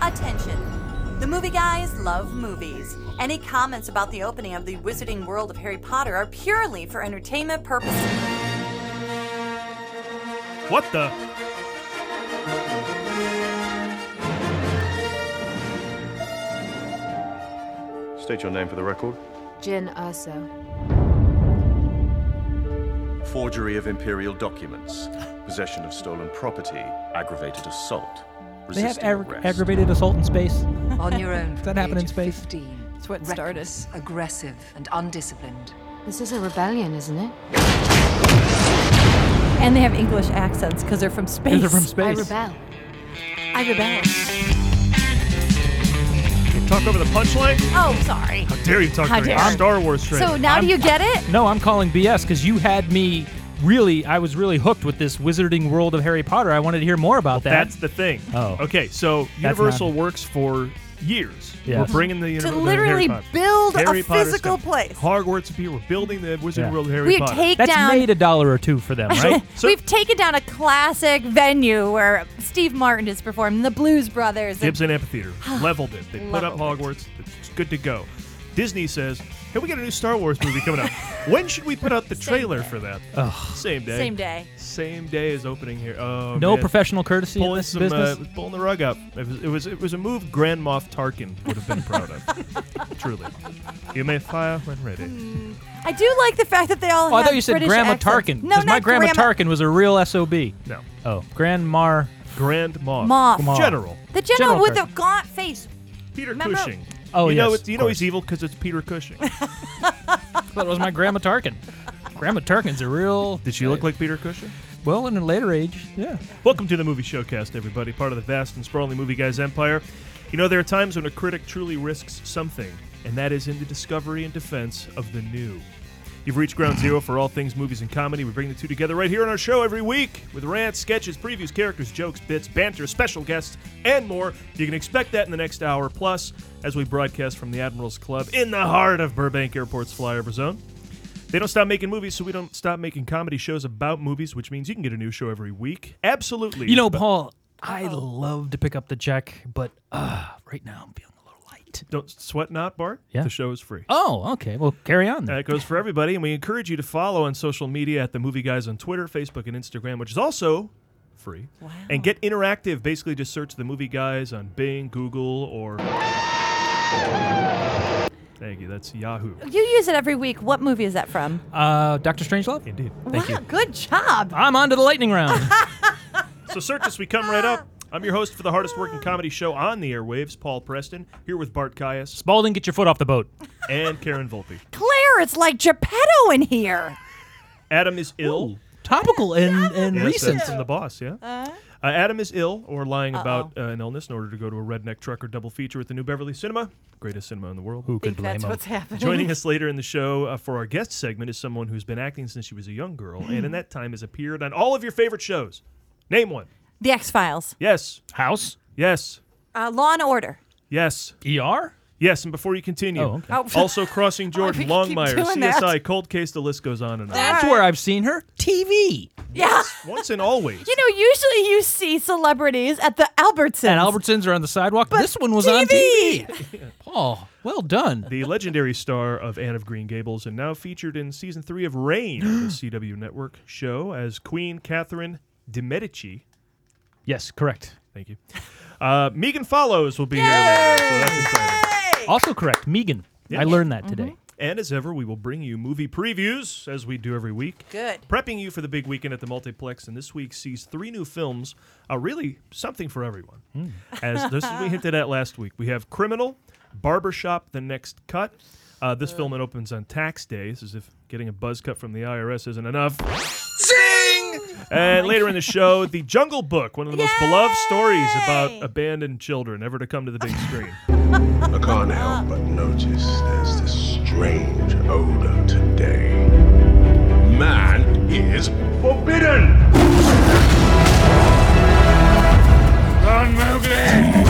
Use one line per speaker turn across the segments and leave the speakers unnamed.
Attention! The movie guys love movies. Any comments about the opening of the Wizarding World of Harry Potter are purely for entertainment purposes.
What the?
State your name for the record.
Jin Urso.
Forgery of imperial documents, possession of stolen property, aggravated assault,
They have
resisting
aggra-
arrest.
aggravated assault in space.
On your own. Does
that happen in space?
15. That's
what it started.
Aggressive and undisciplined.
This is a rebellion, isn't it?
And they have English accents because they're from space.
They're from
I
space.
rebel.
I rebel.
You talk over the punchline?
Oh, sorry.
How dare you talk
How
during
dare.
Star Wars trailer?
So now do you get it?
No, I'm calling BS because you had me really. I was really hooked with this Wizarding World of Harry Potter. I wanted to hear more about that.
That's the thing.
Oh.
Okay, so
That's
Universal
not-
works for years.
Yes.
We're bringing the
To
Universal
literally
Harry Potter.
build a
Harry Potter's
physical
com-
place.
Hogwarts appear. We're building the Wizard
Yeah.
World of Harry
We
Potter.
take
That's
down
made a dollar or two for them, right?
So-
We've taken down a classic venue where Steve Martin is performing, the Blues Brothers. and-
Gibson Amphitheater leveled it. They put up
Leveled
Hogwarts. It's good to go. Disney says, "Hey, we got a new Star Wars movie coming up. when should we put out the trailer for that?" Same day.
Same day.
Same day as opening here. Oh,
no
man.
professional courtesy in
Pulling
this
some, uh,
business.
pulling the rug up. It was, it was it was a move Grand Moff Tarkin would have been proud of. Truly, you may fire when ready.
I do like the fact that they all
oh, I
have
thought you said
British
Grandma
accents.
Tarkin.
No,
because
not
my Grandma, Tarkin was a real sob.
No,
Oh, Grandmar.
Grand Moff.
Moff.
Moff.
General
The general,
General
with the
Tarkin.
gaunt face.
Peter
Remember-
Cushing.
Oh,
you know
yes,
it's, you
of
know
course.
he's evil because it's Peter Cushing.
That was my Grandma Tarkin. Grandma Tarkin's a real.
Did she look like Peter Cushing?
Well, in a later age, yeah.
Welcome to the Movie Showcast, everybody, part of the vast and sprawling Movie Guys empire. You know, there are times when a critic truly risks something, and that is in the discovery and defense of the new. You've reached ground zero for all things movies and comedy. We bring the two together right here on our show every week with rants, sketches, previews, characters, jokes, bits, banter, special guests, and more. You can expect that in the next hour plus as we broadcast from the Admiral's Club in the heart of Burbank Airport's flyover zone. They don't stop making movies, so we don't stop making comedy shows about movies, which means you can get a new show every week. Absolutely.
You know, Paul, I love to pick up the check, but uh, right now I'm feeling a little light.
don't sweat not, Bart.
Yeah.
The show is free.
Oh, okay. Well, carry on. Then.
That Uh, goes for everybody, and we encourage you to follow on social media at the Movie Guys on Twitter, Facebook, and Instagram, which is also free. Wow. And get interactive. Basically, just search the Movie Guys on Bing, Google, or. Thank you. That's Yahoo.
You use it every week. What movie is that from?
Uh, Doctor Strangelove.
Indeed.
Thank
wow,
you.
good job.
I'm on to the lightning round.
So search us. We come right up. I'm your host for the hardest working comedy show on the airwaves, Paul Preston, here with Bart Caius
Spalding, get your foot off the boat.
and Karen Volpe.
Claire, it's like Geppetto in here.
Adam is ill.
Topical and, and
Yes, that's
recent.
from the boss, yeah.
Uh-huh.
Uh, Adam is ill or lying about uh, an illness in order to go to a redneck trucker double feature at the New Beverly Cinema, greatest cinema in the world.
Who could blame
That's
him?
what's happening.
Joining us later in the show uh, for our guest segment is someone who's been acting since she was a young girl, and in that time has appeared on all of your favorite shows. Name one.
The X Files,
Yes.
House?
Yes.
uh, Law and Order.
Yes.
ER?
Yes. And before you continue,
Oh, okay.
Oh.
also Crossing Jordan,
we keep
Longmire,
doing
CSI,
that.
Cold Case, the list goes on and on.
That's where I've seen her. TV.
Yeah.
Once and always.
You know, usually you see celebrities at the Albertsons.
And Albertsons are on the sidewalk. this one was on TV. Paul, well done.
the legendary star of Anne of Green Gables and now featured in season three of Rain, the CW network show, as Queen Catherine de Medici.
yes, correct.
Thank you. Uh, Megan Follows will be here later, so that's exciting.
Also correct. Megan. I learned that today.
And as ever, we will bring you movie previews, as we do every week.
Good.
Prepping you for the big weekend at the multiplex, and this week sees three new films, uh, really something for everyone. As this we hinted at last week, we have Criminal, Barbershop, The Next Cut. Uh, this film it opens on tax day. This is if getting a buzz cut from the IRS isn't enough. And later in the show, The Jungle Book, one of the most beloved stories about abandoned children ever to come to the big screen.
I can't help but notice there's this strange odor today. Man is forbidden! Run, Mowgli!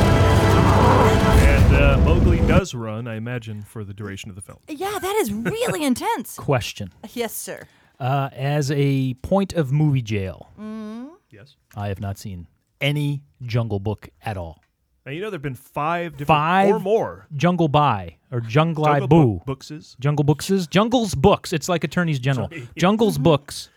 and uh, Mowgli does run, I imagine, for the duration of the film.
Yeah, that is really intense.
Question.
Yes, sir.
uh, as a point of movie jail.
Mm-hmm. Yes.
I have not seen any Jungle Book at all.
Now you know there've been five different
Five
or more
Jungle By or Jungle
Jungle
Boo.
Book bookses.
Jungle Books is Jungle's Books. It's like Attorneys General. Jungle's Books.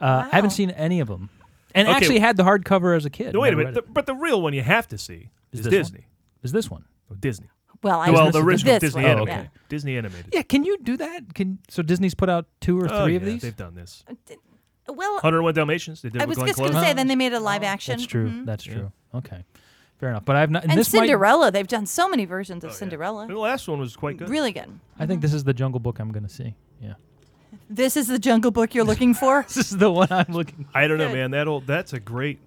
Uh, Haven't seen any of them, and
Okay.
actually had the hardcover as a kid.
No, wait a
Never read
minute.
it.
The- but the real one you have to see is,
Is this
Disney.
Is this one?
Oh, Disney.
Well, I
well,
this
the original
one,
Disney
Oh,
animated.
okay.
yeah.
Disney animated.
Yeah. Can you do that? Can so Disney's put out two or three
Oh,
of
yeah,
these?
They've done this.
Well,
101 Dalmatians. They did
I
with
was
Glenn
just going
Close.
to say, then they made a live action.
Oh, That's true.
Mhm.
That's true. Okay. Fair enough. But I've not.
And
this Might,
Cinderella, they've done so many versions of Cinderella.
The last one was quite good.
Really good.
I think this is the Jungle Book I'm going to see. Yeah.
This is the Jungle Book you're looking for.
This is the one I'm looking.
I don't know,
Good.
man. That old that's a great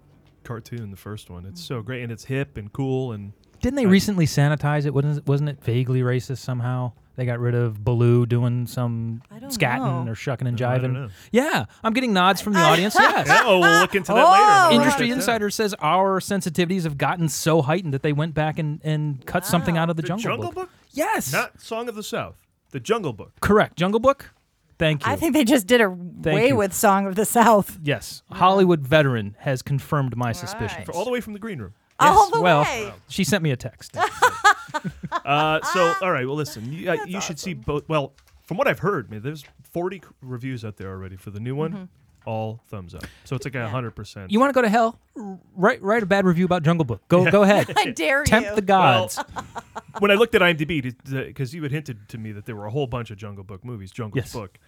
cartoon. The first one. It's so great and it's hip and cool and
Didn't they recently sanitize it? Wasn't it, wasn't it vaguely racist somehow? They got rid of Baloo doing some
I don't
scatting
know.
or shucking and
I
jiving.
don't know.
Yeah, I'm getting nods from the audience. Yes.
Yeah, oh, we'll look into that later. We'll
Industry
look at that.
Insider says our sensitivities have gotten so heightened that they went back and, and cut something out of the,
The
Jungle,
Jungle Book?
Yes.
Not Song of the South. The Jungle Book.
Correct. Jungle Book? Thank you.
I think they just did a way
you.
with Song of the South.
yes. Hollywood veteran has confirmed my suspicion.
All the way from the green room.
All the
well,
way.
she sent me a text.
Uh, so, all right. Well, listen, you, uh, you should see both. Well, from what I've heard, man, there's 40 c- reviews out there already for the new one. All thumbs up. So it's like a 100%.
you want to go to hell? R- Write write a bad review about Jungle Book. Go go ahead.
I dare
Tempt
you.
the gods.
when I looked at IMDb, because you had hinted to me that there were a whole bunch of Jungle Book movies, Jungle's
Yes.
Book.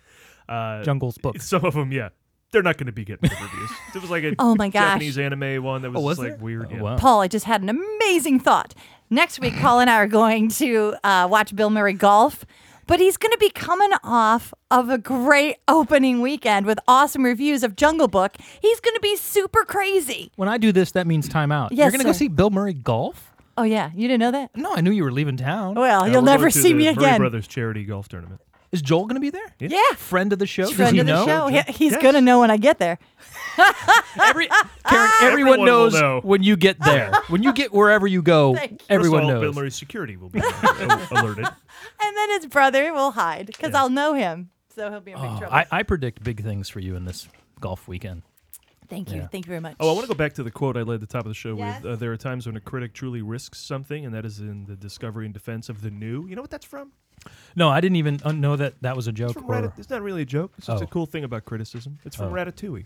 Uh,
Jungle's Book.
Some of them, yeah. They're not going to be getting good reviews. There was like a
Oh my gosh.
Japanese anime one that was,
Oh, was
just, like
there?
weird.
Oh,
yeah.
wow.
Paul, I just had an amazing thought. Next week, Paul and I are going to uh, watch Bill Murray golf, but he's going to be coming off of a great opening weekend with awesome reviews of Jungle Book. He's going to be super crazy.
When I do this, that means time out.
Yes,
You're gonna go
sir.
see Bill Murray golf?
Oh, yeah. You didn't know that?
No, I knew you Uh, were leaving town.
Well,
Yeah,
Oh, you'll
Uh, we're going
never
to
see
the
me
Murray
again.
Brothers Charity Golf Tournament.
Is Joel gonna be there?
Yeah.
Friend of the show. Does
Friend
he
of the
know?
show. He- he's going to know when I get there.
Every, Karen,
Everyone
everyone
will
knows
know.
when you get there. when you get wherever you go,
Thank you.
First of
everyone
all, Bill
knows.
Murray's security will be al- alerted.
And then his brother will hide because I'll know him. So he'll be in big
Oh,
trouble.
I, I predict big things for you in this golf weekend.
Thank you. Thank you very much.
Oh, I want to go back to the quote I led at the top of the show
Yes.
with uh, There are times when a critic truly risks something, and that is in the discovery and defense of the new. You know what that's from?
No, I didn't even uh, know that that was a
It's
joke.
from
or-
Ratat- It's not really a joke. It's just
Oh.
a cool thing about criticism. It's from
Oh.
Ratatouille.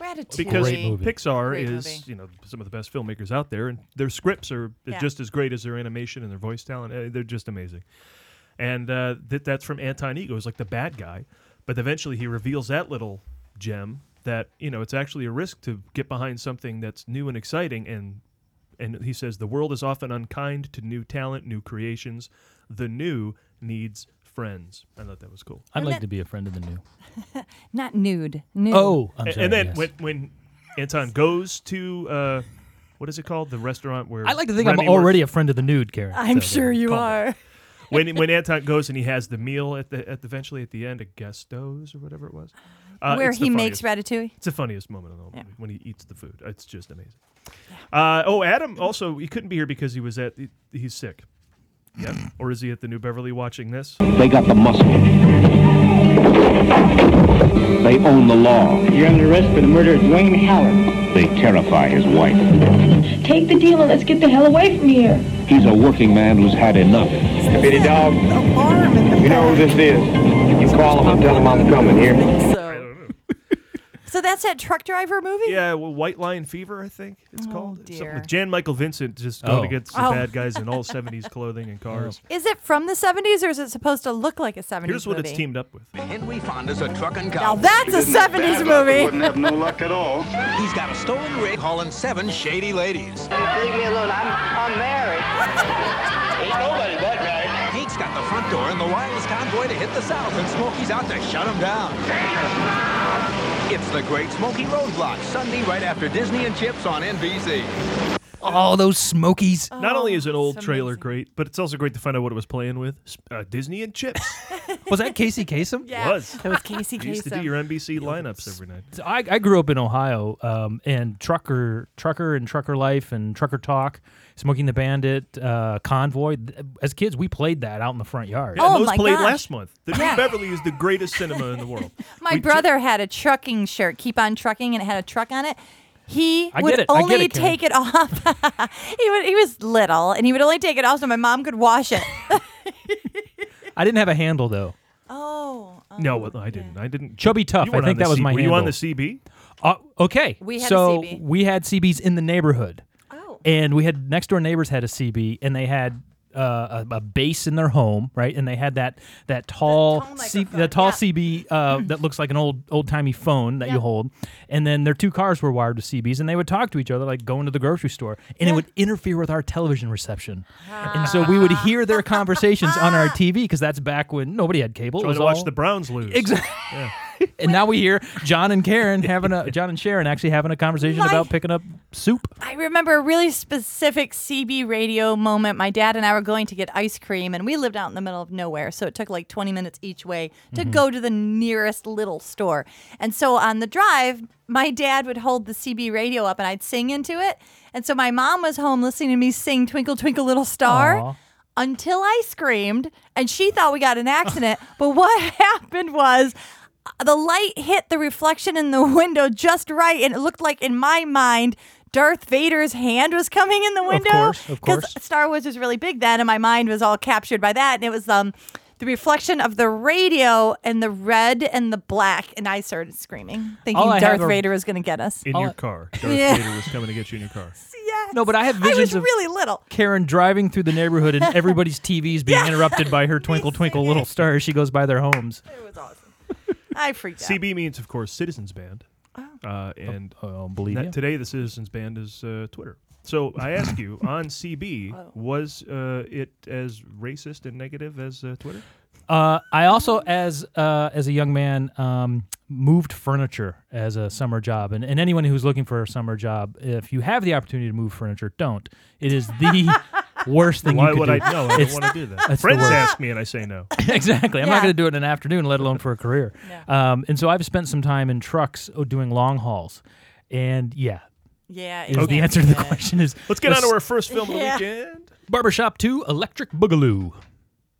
Ratatouille.
Because
Great movie.
Pixar
Great
is,
movie.
you know, some of the best filmmakers out there, and their scripts are
Yeah.
just as great as their animation and their voice talent. Uh, they're just amazing. And uh, that that's from Anton Ego, who's like the bad guy. But eventually he reveals that little gem that, you know, it's actually a risk to get behind something that's new and exciting and and he says the world is often unkind to new talent, new creations. The new needs friends. I thought that was cool.
I'd
And
like
that-
to be a friend of the new.
Not nude. Nude.
Oh, I'm
A-
sorry,
and then
yes.
when when Anton goes to uh, what is it called? The restaurant where
I like to think
Remy
I'm
works.
already a friend of the nude, Karen.
I'm
so
sure
there.
you
Calm
are.
when when Anton goes and he has the meal at the at the, eventually at the end at Gusto's or whatever it was, uh,
Where
it's the
he makes
funniest-
ratatouille.
It's the funniest moment of the whole
Yeah.
movie when he eats the food. It's just amazing. Uh, oh, Adam also he couldn't be here because he was at he- he's sick. Yeah, or is he at the New Beverly watching this?
They got the muscle. They own the law. You're under arrest for the murder of Dwayne Howard. They terrify his wife.
Take the deal and let's get the hell away from here.
He's a working man who's had enough. Bitty dog, you know who this is. You call him and tell him I'm coming here.
So. so that's that truck driver movie.
Yeah, well, White Lion Fever, I think it's called. It's Something
Oh, dear.
with Jan Michael Vincent just going
Oh.
against the
Oh.
bad guys in all '70s clothing and cars.
Is it from the 70s or is it supposed to look like a 70s
Here's what
movie?
it's teamed up with.
Henry Fonda's a trucking
Now that's a 70s movie.
have no luck at all.
He's got a stolen rig hauling seven shady ladies.
Leave me alone. I'm, I'm married.
Hank's got the front door and the wireless convoy to hit the south, and Smokey's out to shut him down. It's the Great Smoky Roadblock, Sunday right after Disney and Chips on NBC.
Oh, those smokies.
Not only is an old trailer great, but it's also great to find out what it was playing with. S- Uh, Disney and chips.
Was that Casey Kasem?
yeah. Was.
That was Casey
You used to do
Kasem.
your NBC lineups every night.
So I, I grew up in Ohio, um, and trucker, trucker, and trucker life, and trucker talk, smoking the bandit, uh, convoy. Th- As kids, we played that out in the front yard.
Yeah, and
Oh
those
my
played
gosh.
last month. The
Yeah.
New Beverly is the greatest cinema in the world.
My
We ju-
brother had a trucking shirt, keep on trucking, and it had a truck on it. He
I get
would
it, I get
only
it, Karen.
take it off. he would. He was little, and he would only take it off so my mom could wash it.
I didn't have a handle though.
oh, oh.
no, well, I didn't. I didn't.
Chubby Tough,
You
I
weren't
think
on the
that was
C-
my
Were you on
handle.
the CB?
Uh, okay,
We had a
so
CB.
we had CBs in the neighborhood,
Oh.
and we had next door neighbors had a CB, and they had. Uh, a, a base in their home, right? And they had that that tall,
tall
C-
microphone,
the tall
yeah.
CB uh, that looks like an old old timey phone that you hold. And then their two cars were wired to CBs, and they would talk to each other like going to the grocery store, and it would interfere with our television reception. And so we
Ah.
would hear their conversations on our TV because that's back when nobody had cable. it
Trying
was
to watch
all-
the Browns lose.
Exactly. and now we hear John and Karen having a John and Sharon actually having a conversation
My-
about picking up soup.
I remember a really specific CB radio moment. My dad and I were going to get ice cream, and we lived out in the middle of nowhere. So it took like 20 minutes each way to go to the nearest little store. And so on the drive, my dad would hold the CB radio up and I'd sing into it. And so my mom was home listening to me sing Twinkle, Twinkle, Little Star.
Aw.
Until I screamed, and she thought we got in an accident. but what happened was the light hit the reflection in the window just right, and it looked like, in my mind, Darth Vader's hand was coming in the window.
course, of course.
Star Wars was really big then, and my mind was all captured by that. And it was um, the reflection of the radio and the red and the black, and I started screaming, thinking
All I have
Darth
are-
Vader was going to get us.
In
All
your
I-
car. Darth
Yeah.
Vader was coming to get you in your car.
Yes.
No, but I have
I was
visions of
really little.
Karen driving through the neighborhood and everybody's TVs being interrupted by her twinkle twinkle little star as she goes by their homes.
It was awesome. I freaked out.
CB means, of course, Citizens Band. Uh, and
I don't believe
that-
you.
today, the Citizens Band is uh, Twitter. So I ask you, on CB, was uh, it as racist and negative as uh, Twitter?
Uh, I also, as uh, as a young man, um, moved furniture as a summer job, and, and anyone who's looking for a summer job, if you have the opportunity to move furniture, don't. It is the worst thing. you
Why
could
would
do.
I know? I don't
It's-
want to do that.
that's the
Friends
worst.
ask me, and I say no.
exactly. I'm not
Yeah.
going to do it in an afternoon, let alone for a career. Um, and so I've spent some time in trucks oh, doing long hauls. And yeah,
Yeah.
is the answer to the question is
Let's get
the
on to our first film of the
Yeah.
weekend.
Barbershop 2 Electric Boogaloo.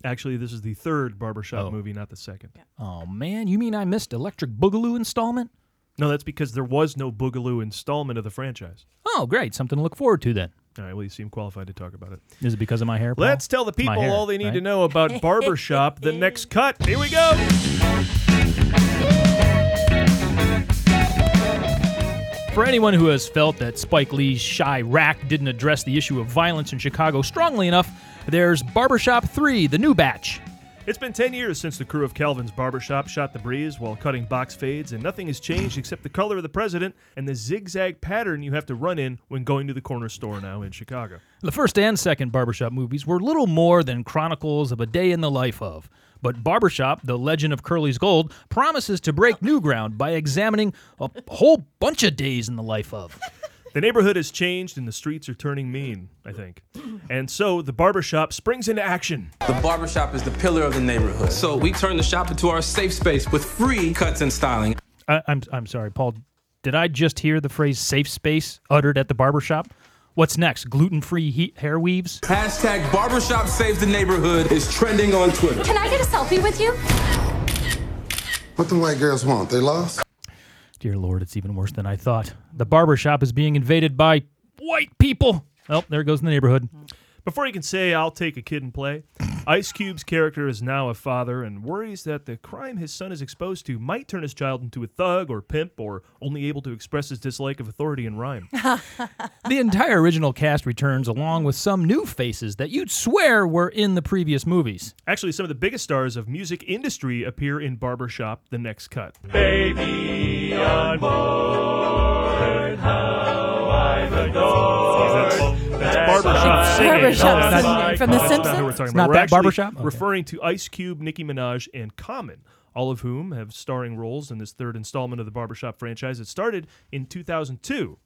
Actually, this is the third barbershop movie, not the second.
Oh man, you mean I missed Electric Boogaloo installment?
No, that's because there was no Boogaloo installment of the franchise.
Oh, great. Something to look forward to then.
All right, well, you seem qualified to talk about it.
Is it because of my hair? Paul?
Let's tell the
It's my
people
hair,
all they need
right?
to know about Barbershop, the next cut. Here we go.
For anyone who has felt that Spike Lee's shy rack didn't address the issue of violence in Chicago strongly enough, there's Barbershop 3, The New Batch.
It's been 10 years since the crew of Calvin's Barbershop shot the breeze while cutting box fades, and nothing has changed except the color of the president and the zigzag pattern you have to run in when going to the corner store now in Chicago.
The first and second Barbershop movies were little more than chronicles of a day in the life of. But Barbershop, The Legend of Curly's Gold, promises to break new ground by examining a whole bunch of days in the life of.
The neighborhood has changed and the streets are turning mean, I think. And so the barbershop springs into action.
The barbershop is the pillar of the neighborhood. So we turn the shop into our safe space with free cuts and styling.
I, I'm, I'm sorry, Paul. Did I just hear the phrase safe space uttered at the barbershop? What's next? Gluten free he- hair weaves?
Hashtag barbershop saves the neighborhood is trending on Twitter.
Can I get a selfie with you?
What the white girls want? They lost?
Dear Lord, it's even worse than I thought. The barbershop is being invaded by white people. Oh, there goes the neighborhood.
Before he can say, I'll take a kid and play, Ice Cube's character is now a father and worries that the crime his son is exposed to might turn his child into a thug or pimp or only able to express his dislike of authority in rhyme.
The entire original cast returns along with some new faces that you'd swear were in the previous movies.
Actually, some of the biggest stars of music industry appear in Barbershop The Next Cut. That's Barbershop singing.
Barbershop
That's-
singing from The
that's not who we're
Simpsons?
talking
It's
about.
not
We're
that
actually
Barbershop? Okay.
Referring to Ice Cube, Nicki Minaj, and Common, all of whom have starring roles in this third installment of the Barbershop franchise. It started in 2002.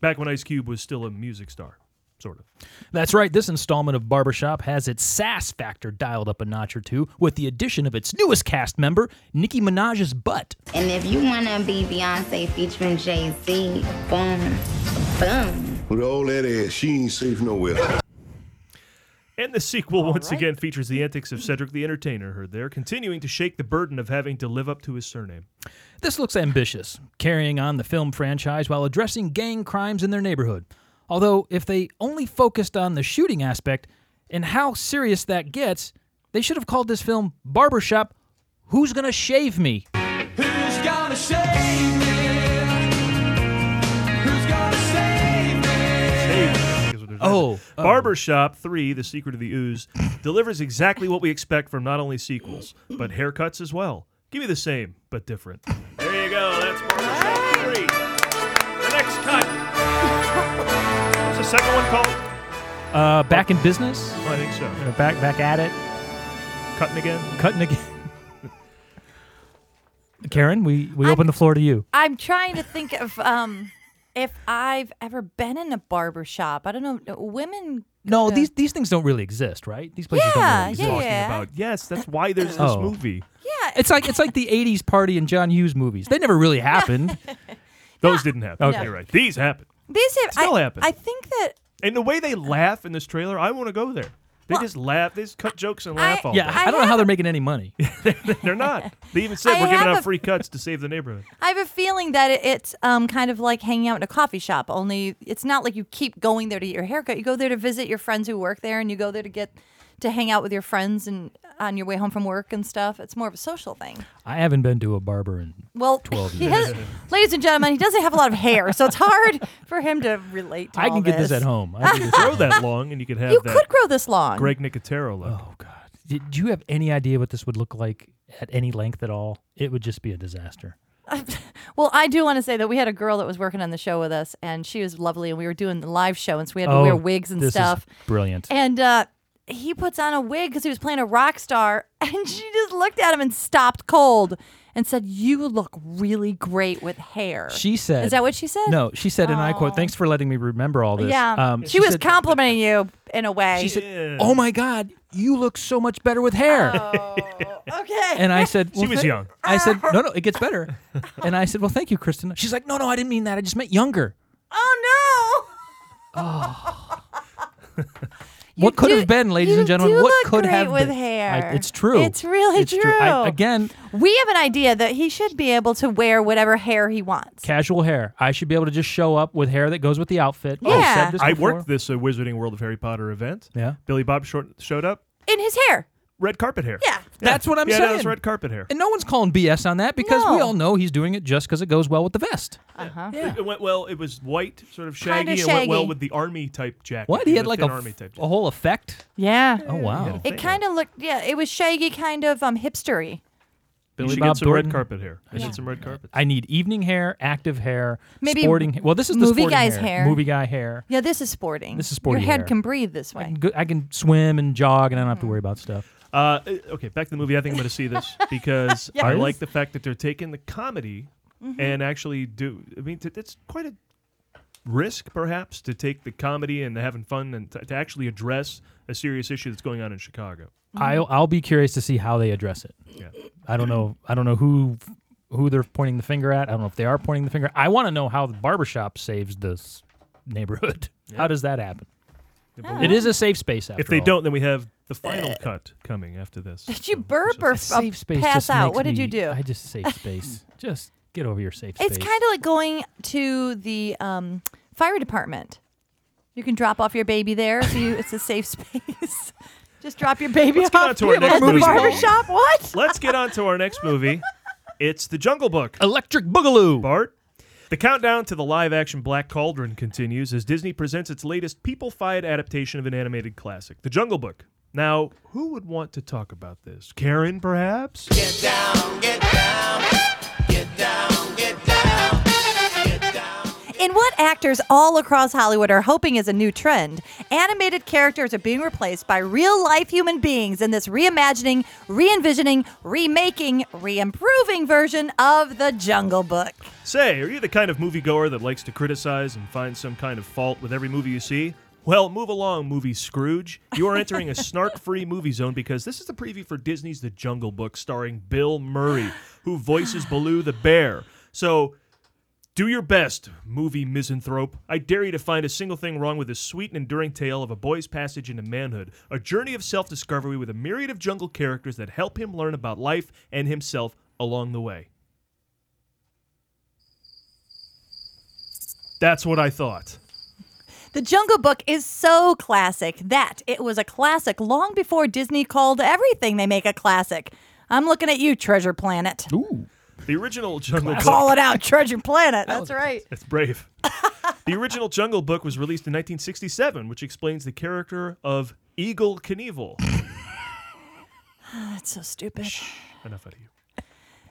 Back when Ice Cube was still a music star, sort of.
That's right, this installment of Barbershop has its sass factor dialed up a notch or two with the addition of its newest cast member, Nicki Minaj's butt.
And if you wanna be Beyonce featuring Jay Z, boom, boom.
With all that ass, she ain't safe nowhere.
And the sequel once again features the antics of Cedric the Entertainer, heard there, continuing to shake the burden of having to live up to his surname.
This looks ambitious, carrying on the film franchise while addressing gang crimes in their neighborhood. Although, if they only focused on the shooting aspect and how serious that gets, they should have called this film Barbershop Who's Gonna Shave Me?
Who's gonna save me? Who's gonna save me?
Oh, Barbershop 3, The Secret of the Ooze, delivers exactly what we expect from not only sequels, but haircuts as well. Give me the same, but different. There you go. That's Barbershop 3. The next cut. What's the second one called?
Uh, back in business?
I think so.
Uh, Back, back at it.
Cutting again?
Cutting again. Karen, we, we open the floor to you.
I'm trying to think of um, if I've ever been in a barber shop. I don't know. Women.
No,
go to-
these these things don't really exist, right? These places
Yeah,
don't really
yeah,
exist.
Talking yeah. about-
yes, that's why there's this movie.
Yeah,
it's like it's like the '80s party in John Hughes movies. They never really happened.
Those didn't happen.
Okay.
You're right. These happen.
These have,
Still
I,
happen.
I think that
And the way they laugh in this trailer, I want to go there. They just laugh. They just cut jokes and
Oh,
laugh all
yeah,
day.
I, don't know how they're making any money.
They're not. They even said
I
we're giving
have
out
a-
free cuts to save the neighborhood.
I have a feeling that it, it's um, kind of like hanging out in a coffee shop. Only it's not like you keep going there to get your haircut. You go there to visit your friends who work there, and you go there to get to hang out with your friends and on your way home from work and stuff. It's more of a social thing.
I haven't been to a barber in
Well,
12
he
years.
has, ladies and gentlemen, he doesn't have a lot of hair, so it's hard for him to relate to
I
all
can get this at home. I can
You could
get this at
grow
home.
that long, and you could have
You
that
could grow this long.
Greg Nicotero look. Oh
God, Did, do you have any idea what this would look like at any length at all? It would just be a disaster.
Well, I do want to say that we had a girl that was working on the show with us, and she was lovely, and we were doing the live show, and so we had to
Oh,
wear wigs and
this is
stuff.
brilliant.
And uh, he puts on a wig because he was playing a rock star, and she just looked at him and stopped cold and said, "You look really great with hair."
She said,
"Is that what she said?"
No, she said, and I quote, "Thanks for letting me remember all this."
Yeah,
Um,
she, was
said-
complimenting you in a way.
She said, "Oh my God, you look so much better with hair."
Oh. okay.
And I said,
She
"Well,
was
thank-"
young.
I said, "No, no, it gets better." and I said, "Well, thank you, Kristen." She's like, "No, no, I didn't mean that. I just meant younger."
"Oh no."
Oh. what could have been, ladies and gentlemen?
do
What
look
could
great
have
with
been? I-
hair.
it's true.
It's really
It's
true.
I- again,
We have an idea that he should be able to wear whatever hair he wants.
casual hair. I should be able to just show up with hair that goes with the outfit.
Oh, Yeah.
said this
I
before.
worked this uh, Wizarding World of Harry Potter event.
Yeah.
Billy Bob short- showed up.
In his hair.
Red carpet hair.
Yeah.
That's what I'm
yeah,
saying.
Yeah, that was red carpet hair.
And no one's calling BS on that because we
No.
all know he's doing it just because it goes well with the vest.
Uh-huh.
It, it went well. It was white, sort of shaggy,
Kinda
and went well
shaggy.
with the army type jacket.
What? He
It
had
was
like a,
thin
f-
army type.
a whole effect.
Yeah.
Oh wow.
It kind of looked, yeah, it was shaggy, kind of um hipstery.
You
Billy
should
Bob
get some
Thornton.
red carpet hair. I need some red carpet.
I need evening hair, active hair,
Maybe
sporting. ha- Well, this is the
movie
sporting
guy's hair.
Movie guy hair.
Yeah, this is sporting.
This is sporting
Your head
hair.
can breathe this way.
Good, I can swim and jog, and I don't have to
Hmm.
worry about stuff.
Uh, okay, back to the movie. I think I'm going to see this because I
Yes.
like the fact that they're taking the comedy and actually do. I mean, t- it's quite a risk, perhaps, to take the comedy and the having fun and t- to actually address a serious issue that's going on in Chicago.
Mm-hmm.
I'll I'll be curious to see how they address it.
Yeah.
I don't know. I don't know who who they're pointing the finger at. I don't know if they are pointing the finger. I want to know how the barbershop saves this neighborhood. How does that happen?
Oh.
It is a safe space. After
If they
all.
don't, then we have the final cut coming after this.
Did you burp or f- uh,
safe space
pass
just
out?
makes
What did you
me-
do?
I just safe space. just get over your safe
It's
space.
kind of like going to the um, fire department. You can drop off your baby there. So you, it's a safe space. Just drop your baby
Let's get on
off
to our next
at the
movie.
barbershop. What?
Let's get on to our next movie. It's The Jungle Book.
Electric Boogaloo.
Bart. The countdown to the live action Black Cauldron continues as Disney presents its latest people fied adaptation of an animated classic, The Jungle Book. Now, who would want to talk about this? Karen, perhaps?
In what what actors all across Hollywood are hoping is a new trend. Animated characters are being replaced by real life human beings in this reimagining, re envisioning, remaking, re improving version of The Jungle Book.
Say, are you the kind of moviegoer that likes to criticize and find some kind of fault with every movie you see? Well, move along, movie Scrooge. You are entering a snark free movie zone because this is the preview for Disney's The Jungle Book starring Bill Murray, who voices Baloo the bear. So, do your best, movie misanthrope. I dare you to find a single thing wrong with this sweet and enduring tale of a boy's passage into manhood, a journey of self discovery with a myriad of jungle characters that help him learn about life and himself along the way. That's what I thought.
The Jungle Book is so classic that it was a classic long before Disney called everything they make a classic. I'm looking at you, Treasure Planet.
Ooh.
The original Jungle Book.
Call it out, Treasure Planet. That's right.
That's brave. the original Jungle Book was released in 1967, which explains the character of Eagle Knievel.
That's so stupid.
Enough out of you.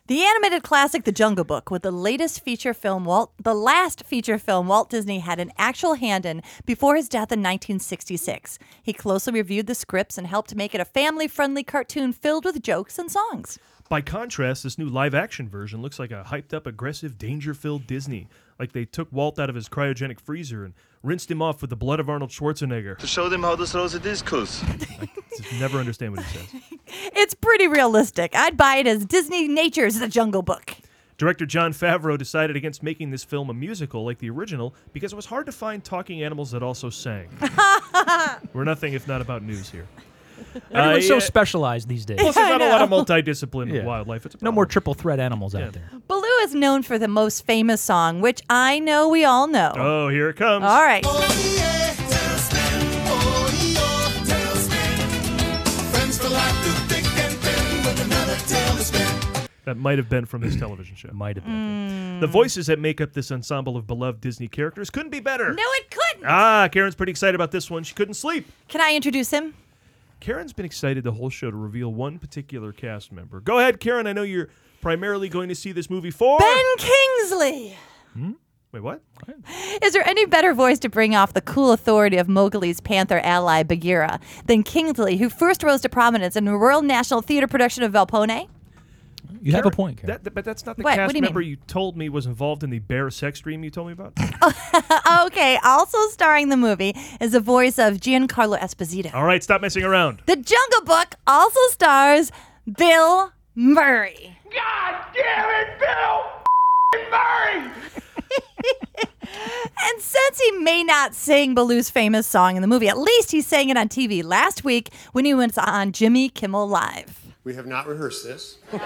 The animated classic The Jungle Book was the latest feature film Walt the last feature film Walt Disney had an actual hand in before his death in 1966. He closely reviewed the scripts and helped make it a family-friendly cartoon filled with jokes and songs.
By contrast, this new live action version looks like a hyped up, aggressive, danger filled Disney. Like they took Walt out of his cryogenic freezer and rinsed him off with the blood of Arnold Schwarzenegger.
To show them how this throws a discus.
Just never understand what he says.
It's pretty realistic. I'd buy it as Disney Nature's The Jungle Book.
Director John Favreau decided against making this film a musical like the original because it was hard to find talking animals that also sang. We're nothing if not about news here. uh,
Everyone's so
yeah.
specialized these days.
Plus, there's not a lot of multidisciplined
Yeah.
wildlife. It's a
no more triple threat animals out there.
Baloo is known for the most famous song, which I know we all know.
Oh, here it comes.
All right.
That might have been from his television show. might have
Mm.
been. The voices that make up this ensemble of beloved Disney characters couldn't be better.
No, it couldn't.
Ah, Karen's pretty excited about this one. She couldn't sleep.
Can I introduce him?
Karen's been excited the whole show to reveal one particular cast member. Go ahead, Karen. I know you're primarily going to see this movie for.
Ben Kingsley.
Wait, what?
Is there any better voice to bring off the cool authority of Mowgli's panther ally Bagheera than Kingsley, who first rose to prominence in the Royal National Theatre production of Valpone?
You have a point, Karen.
That, that- but that's not the
What? What
cast
do you mean?
member you told me was involved in the bear sex dream you told me about.
okay, also starring the movie is the voice of Giancarlo Esposito.
All right, stop messing around.
The Jungle Book also stars Bill Murray. God damn it, Bill Murray! and since he may not sing Baloo's famous song in the movie, at least he sang it on TV last week when he went on Jimmy Kimmel Live.
We have not rehearsed this. A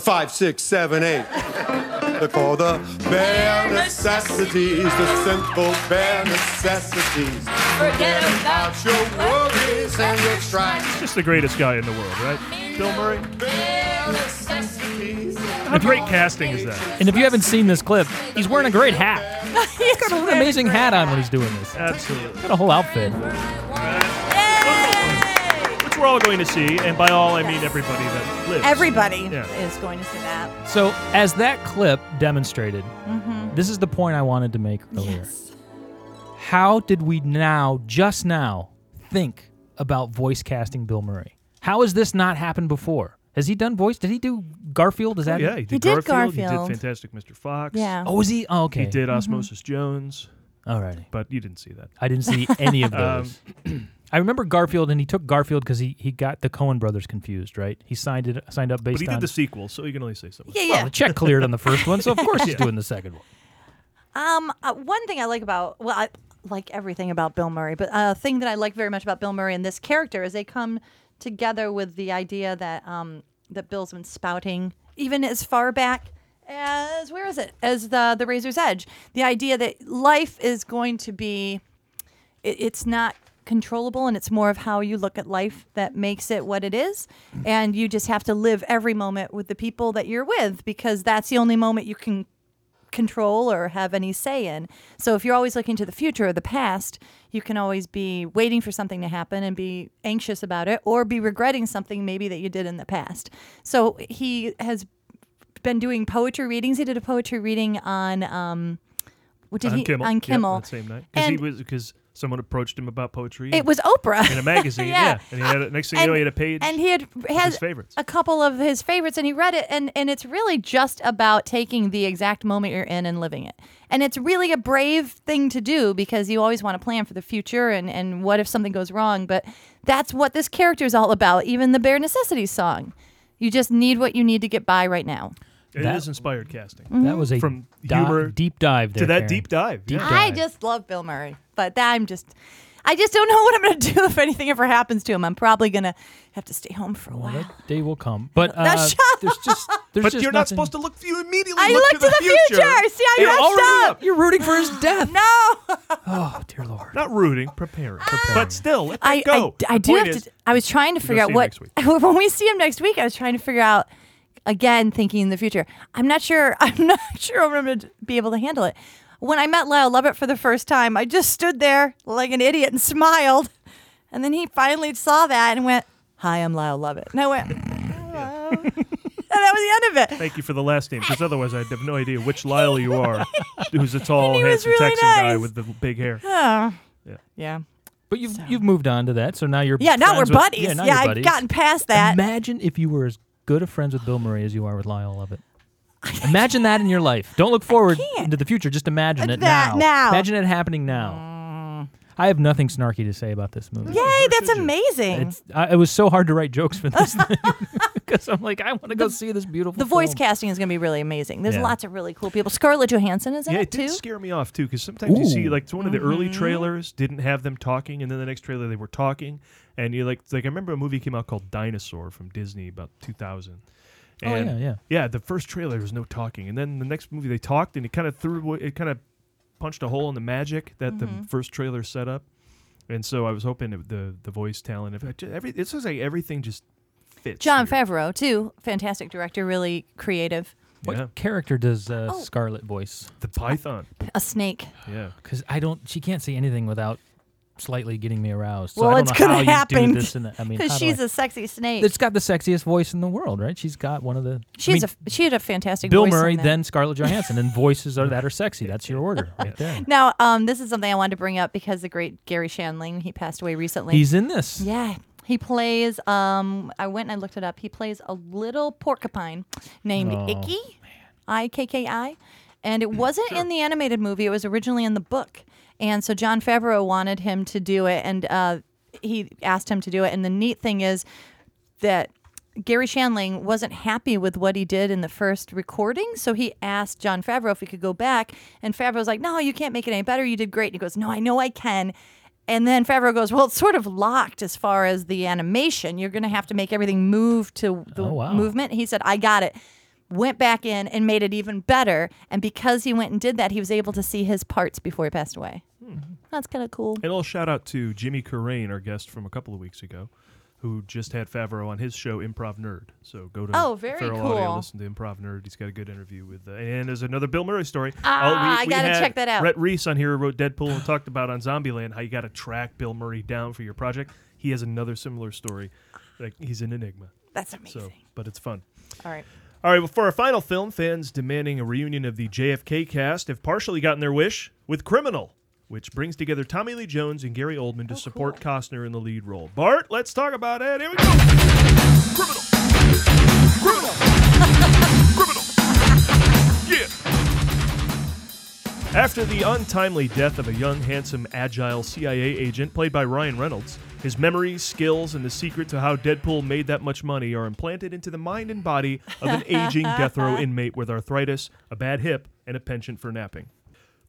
five, six, seven, eight. Look for the bare necessities, the simple bare necessities. Forget about your worries and your strife.
Just the greatest guy in the world, right? Bill Murray. How
If you-
great casting is that?
And if you haven't seen this clip, he's wearing a great hat.
He's got
What an amazing hat on when he's doing this.
Absolutely.
Got a whole outfit.
Which we're all going to see, and by all I mean everybody that lives.
Everybody
Yeah.
is going to see that.
So, as that clip demonstrated, this is the point I wanted to make earlier. How did we now, just now, think about voice casting Bill Murray? How has this not happened before? Has he done voice? Did he do Garfield? Is
Oh,
that
yeah, he did,
He did Garfield.
He did Fantastic Mr. Fox.
Yeah. Mm-hmm.
Oh, is he? Oh, okay.
He did Osmosis Jones,
Alrighty.
but you didn't see that.
I didn't see any of those.
Um,
I remember Garfield, and he took Garfield because he, he got the Cohen brothers confused, right? He signed it signed up based
But he
on
did the sequel, so you can only say something.
Yeah,
well,
yeah.
the check cleared on the first one, so of course he's doing the second one.
Um, uh, one thing I like about well, I like everything about Bill Murray, but a thing that I like very much about Bill Murray and this character is they come together with the idea that um that Bill's been spouting even as far back as where is it as the the Razor's Edge, the idea that life is going to be it, it's not controllable and it's more of how you look at life that makes it what it is and you just have to live every moment with the people that you're with because that's the only moment you can control or have any say in so if you're always looking to the future or the past you can always be waiting for something to happen and be anxious about it or be regretting something maybe that you did in the past so he has been doing poetry readings he did a poetry reading on um, What did
on
he
Kimmel.
on
Yep,
Kimmel?
that same night because he
and
was because someone approached him about poetry.
It
and-
was Oprah.
in a magazine.
Yeah.
yeah. and he had a, next thing you know, he had a page.
and he had
his
has
favorites.
a couple of his favorites, and he read it, and and it's really just about taking the exact moment you're in and living it. And it's really a brave thing to do because you always want to plan for the future and and what if something goes wrong. But that's what this character is all about. Even the bare necessities song, you just need what you need to get by right now.
It
That-
is inspired casting.
Mm,
That was a
from
di-
humor
deep dive
to
there,
that
Karen.
deep dive.
Deep
yeah.
I just love Bill Murray, but that I'm just. I just don't know what I'm going to do if anything ever happens to him. I'm probably going to have to stay home for a while.
That day will come, but
No,
uh,
shut
there's just there's
But
just
you're not
nothing-
supposed to look. You immediately
I
look
looked to the future. See, I
and
messed
already
up.
You're rooting for his death.
no.
Oh dear lord.
Not rooting, preparing. But still, let
I,
that go.
I, I
The
do
point
have
is-
to. I was trying to
We'll
figure
go
out
see him
what
next week.
when we see him next week. I was trying to figure out again, thinking in the future. I'm not sure. I'm not sure I'm going to be able to handle it. When I met Lyle Lovett for the first time, I just stood there like an idiot and smiled, and then he finally saw that and went, "Hi, I'm Lyle Lovett," and I went, "Hello," and that was the end of it.
Thank you for the last name, because otherwise I'd have no idea which Lyle you are, who's a tall,
And he was
handsome
really
Texan guy
nice.
with the big hair.
Oh.
Yeah.
Yeah.
But you've you've moved on to that, so now you're
Yeah, now
friends
we're
with-
buddies.
now
Yeah,
you're
I've
buddies.
gotten past that.
Imagine if you were as good of friends with Bill Murray as you are with Lyle Lovett. Imagine that in your life. Don't look forward into the future. Just imagine it
Uh, That now. Mm.
Imagine it happening now. I have nothing snarky to say about this movie.
Yay, that's amazing.
It's, I, it was so hard to write jokes for this thing because I'm like, I want to go see this beautiful.
the voice
film.
casting is going to be really amazing. There's
Yeah.
lots of really cool people. Scarlett Johansson is in
Yeah,
it
it
too. Mm-hmm.
did scare me off too, because sometimes you see
Ooh.
like one of the early trailers didn't have them talking, and then the next trailer they were talking, and you like it's like I remember a movie came out called Dinosaur from Disney about 2000.
Oh,
And
yeah, yeah.
the first trailer was no talking, and then the next movie they talked, and it kind of threw away- it kind of punched a hole in the magic that
Mm-hmm.
the first trailer set up, and so I was hoping that the the voice talent, if I ju- every it seems like everything just fits.
John
here.
Favreau too, fantastic director, really creative.
What
Yeah.
character does uh,
Oh.
Scarlet voice?
the Python,
A snake.
yeah.
Because I don't. She can't say anything without slightly getting me aroused. so
well,
I
it's
don't know how
going to
You
happen
do this and that. I mean, how do
she's
I-
a sexy snake.
It's got the sexiest voice in the world, right? She's got one of the. I
She's
mean,
a she had a fantastic
Bill
voice in
Murray,
that.
then Scarlett Johansson, and voices are that are sexy. That's your order right there.
Now, um, this is something I wanted to bring up because the great Gary Shandling, he passed away recently.
He's in this.
Yeah. He plays um I went and I looked it up. He plays a little porcupine named
Oh,
Icky. I K K I. And it wasn't in the animated movie. It was originally in the book. And so John Favreau wanted him to do it and uh he asked him to do it. And the neat thing is that Gary Shandling wasn't happy with what he did in the first recording, so he asked John Favreau if he could go back. And Favreau's like, No, you can't make it any better. You did great. And he goes, No, I know I can. And then Favreau goes, Well, it's sort of locked as far as the animation. You're going to have to make everything move to the
Oh, wow.
movement. He said, I got it. Went back in and made it even better. And because he went and did that, he was able to see his parts before he passed away.
Hmm.
That's kind of cool.
And a little shout out to Jimmy Corain, our guest from a couple of weeks ago, who just had Favreau on his show Improv Nerd. So go to
Oh, very
Feral Audio,
cool.
listen to Improv Nerd. He's got a good interview with, uh, and there's another Bill Murray story. Oh,
Ah, I gotta
had
check that out.
Brett Reese on here who wrote Deadpool and talked about on Zombieland how you got to track Bill Murray down for your project. He has another similar story. Like he's an enigma.
That's amazing.
So, but it's fun.
All right.
All right, well, for our final film, fans demanding a reunion of the JFK cast have partially gotten their wish with Criminal, which brings together Tommy Lee Jones and Gary Oldman
Oh,
to support Costner in the lead role. Bart, let's talk about it. Here we go. Criminal. Criminal. Criminal. Yeah. After the untimely death of a young, handsome, agile CIA agent played by Ryan Reynolds, his memories, skills, and the secret to how Deadpool made that much money are implanted into the mind and body of an aging death row inmate with arthritis, a bad hip, and a penchant for napping.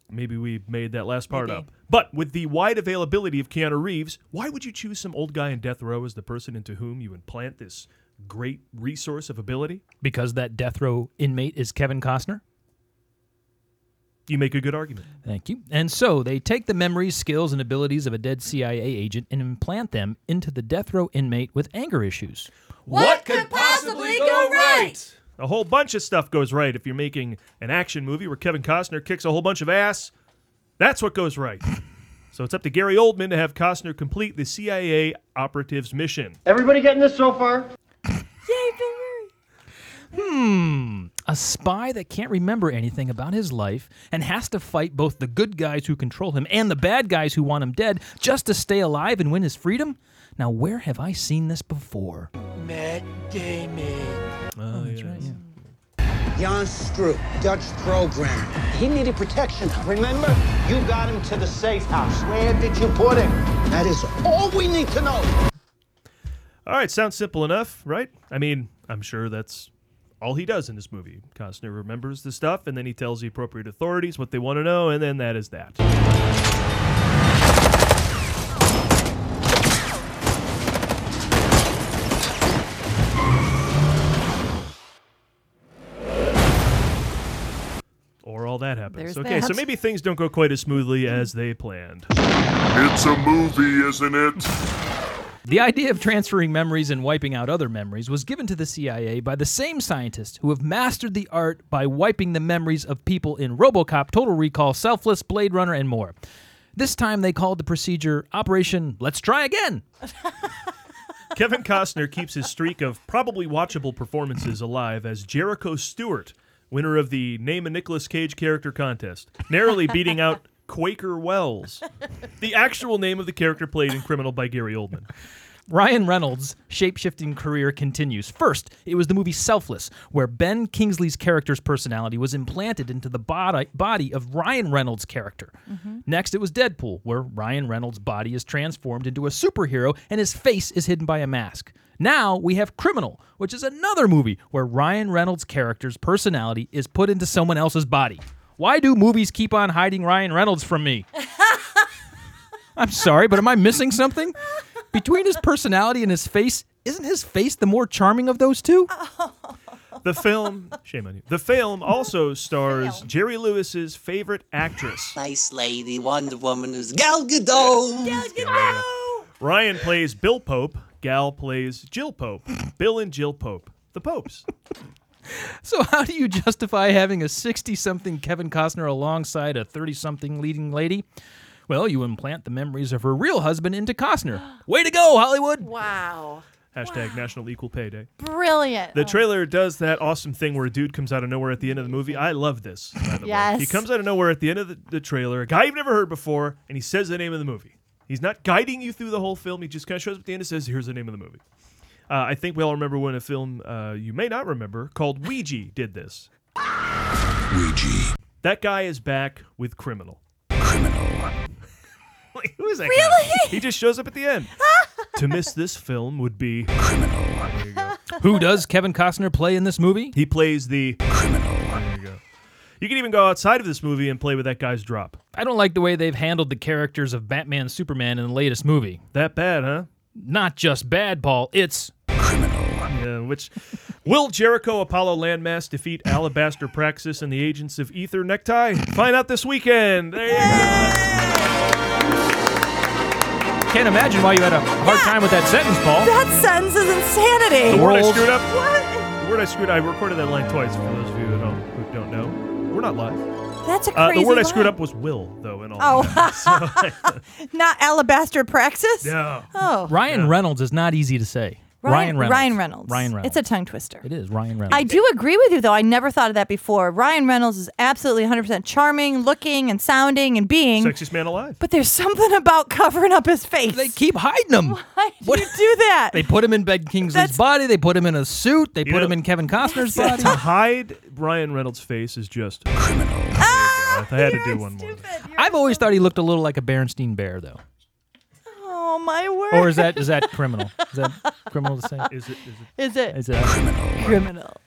Maybe we made that last part up. But with the wide availability of Keanu Reeves, why would you choose some old guy in death row as the person into whom you implant this great resource of ability?
Because that death row inmate is Kevin Costner.
You make a good argument.
Thank you. And so they take the memories, skills, and abilities of a dead CIA agent and implant them into the death row inmate with anger issues.
What could possibly go right?
A whole bunch of stuff goes right if you're making an action movie where Kevin Costner kicks a whole bunch of ass. That's what goes right. so it's up to Gary Oldman to have Costner complete the CIA operative's mission.
Everybody getting this so far?
Yay, Bill Murray.
Hmm. a spy that can't remember anything about his life and has to fight both the good guys who control him and the bad guys who want him dead just to stay alive and win his freedom? Now, where have I seen this before?
Matt Damon.
Oh, yeah.
Jan Stroop, Dutch programmer. He needed protection. Remember, you got him to the safe house. Where did you put him? That is all we need to know.
All right, sounds simple enough, right? I mean, I'm sure that's all he does in this movie. Costner remembers the stuff, and then he tells the appropriate authorities what they want to know, and then that is that. Or all that happens.
There's
okay, so
that.
maybe things don't go quite as smoothly as they planned.
It's a movie, isn't it?
The idea of transferring memories and wiping out other memories was given to the CIA by the same scientists who have mastered the art by wiping the memories of people in Robocop, Total Recall, Selfless, Blade Runner, and more. This time they called the procedure Operation Let's Try Again.
Kevin Costner keeps his streak of probably watchable performances alive as Jericho Stewart, winner of the Name a Nicolas Cage Character contest, narrowly beating out Quaker Wells, the actual name of the character played in Criminal by Gary Oldman.
Ryan Reynolds' shapeshifting career continues. First, it was the movie Selfless, where Ben Kingsley's character's personality was implanted into the body, body of Ryan Reynolds' character. Next, it was Deadpool, where Ryan Reynolds' body is transformed into a superhero and his face is hidden by a mask. Now we have Criminal, which is another movie where Ryan Reynolds' character's personality is put into someone else's body. Why do movies keep on hiding Ryan Reynolds from me? I'm sorry, but am I missing something? Between his personality and his face, isn't his face the more charming of those two?
The film, shame on you. The film also stars Jerry Lewis's favorite actress.
Nice lady, Wonder Woman is Gal Gadot. Gal Gadot.
Ryan plays Bill Pope, Gal plays Jill Pope. Bill and Jill Pope, the Popes.
So, how do you justify having a 60 something Kevin Costner alongside a 30 something leading lady? Well, you implant the memories of her real husband into Costner. Way to go, Hollywood!
Wow.
Hashtag National Equal Pay Day.
Brilliant.
The trailer does that awesome thing where a dude comes out of nowhere at the end of the movie. I love this. By the way.
Yes.
He comes out of nowhere at the end of the, the trailer, a guy you've never heard before, and he says the name of the movie. He's not guiding you through the whole film. He just kind of shows up at the end and says, "Here's the name of the movie." Uh, I think we all remember when a film uh, you may not remember called Ouija did this. Ouija. That guy is back with Criminal. Criminal. Who is that? guy?
Really?
He just shows up at the end. to miss this film would be criminal.
Who does Kevin Costner play in this movie?
He plays the criminal. There you go. You can even go outside of this movie and play with that guy's drop.
I don't like the way they've handled the characters of Batman and Superman in the latest movie.
That bad, huh?
Not just bad, Paul. It's
Yeah, which will Jericho Apollo Landmass defeat Alabaster Praxis and the Agents of Ether Necktie? Find out this weekend. There you go.
Can't imagine why you had a hard time with that sentence, Paul.
That sentence is insanity.
The word I screwed up. What? The word I screwed. I recorded that line twice for those of you at home who don't know. We're not live.
That's a
Uh,
crazy
the word I
line.
screwed up was will, though. In all.
Oh, not alabaster praxis.
No.
Oh,
Ryan Reynolds is not easy to say. Ryan, Reynolds.
Ryan Reynolds.
Ryan Reynolds.
It's a tongue twister.
it is Ryan Reynolds.
I do agree with you, though. I never thought of that before. Ryan Reynolds is absolutely 100% charming, looking, and sounding, and being.
Sexiest man alive.
But there's something about covering up his face. They
keep hiding him.
Why do you do that?
They put him in Ben Kingsley's body. They put him in a suit. They put
know-
him in Kevin Costner's
to
body.
hide Ryan Reynolds' face is just criminal. There you go.
Ah!
I had to do one more.
I've always thought he looked a little like a Berenstein Bear, though.
Oh my word.
Or is that is that criminal? Is that criminal to say?
Is it? Is
Is it?
Is it criminal?
Criminal.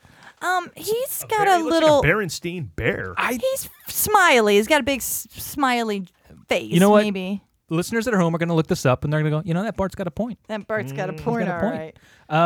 Um, he's got
Bear-
a
he looks
little.
Like a Berenstein bear.
he's smiley. He's got a big s- smiley face.
You know what?
Maybe.
Listeners at home are going to look this up and they're going to go, you know, that Bart's got a point.
That Bart's got a
Mm, He's
point,
got a
all
point.
right.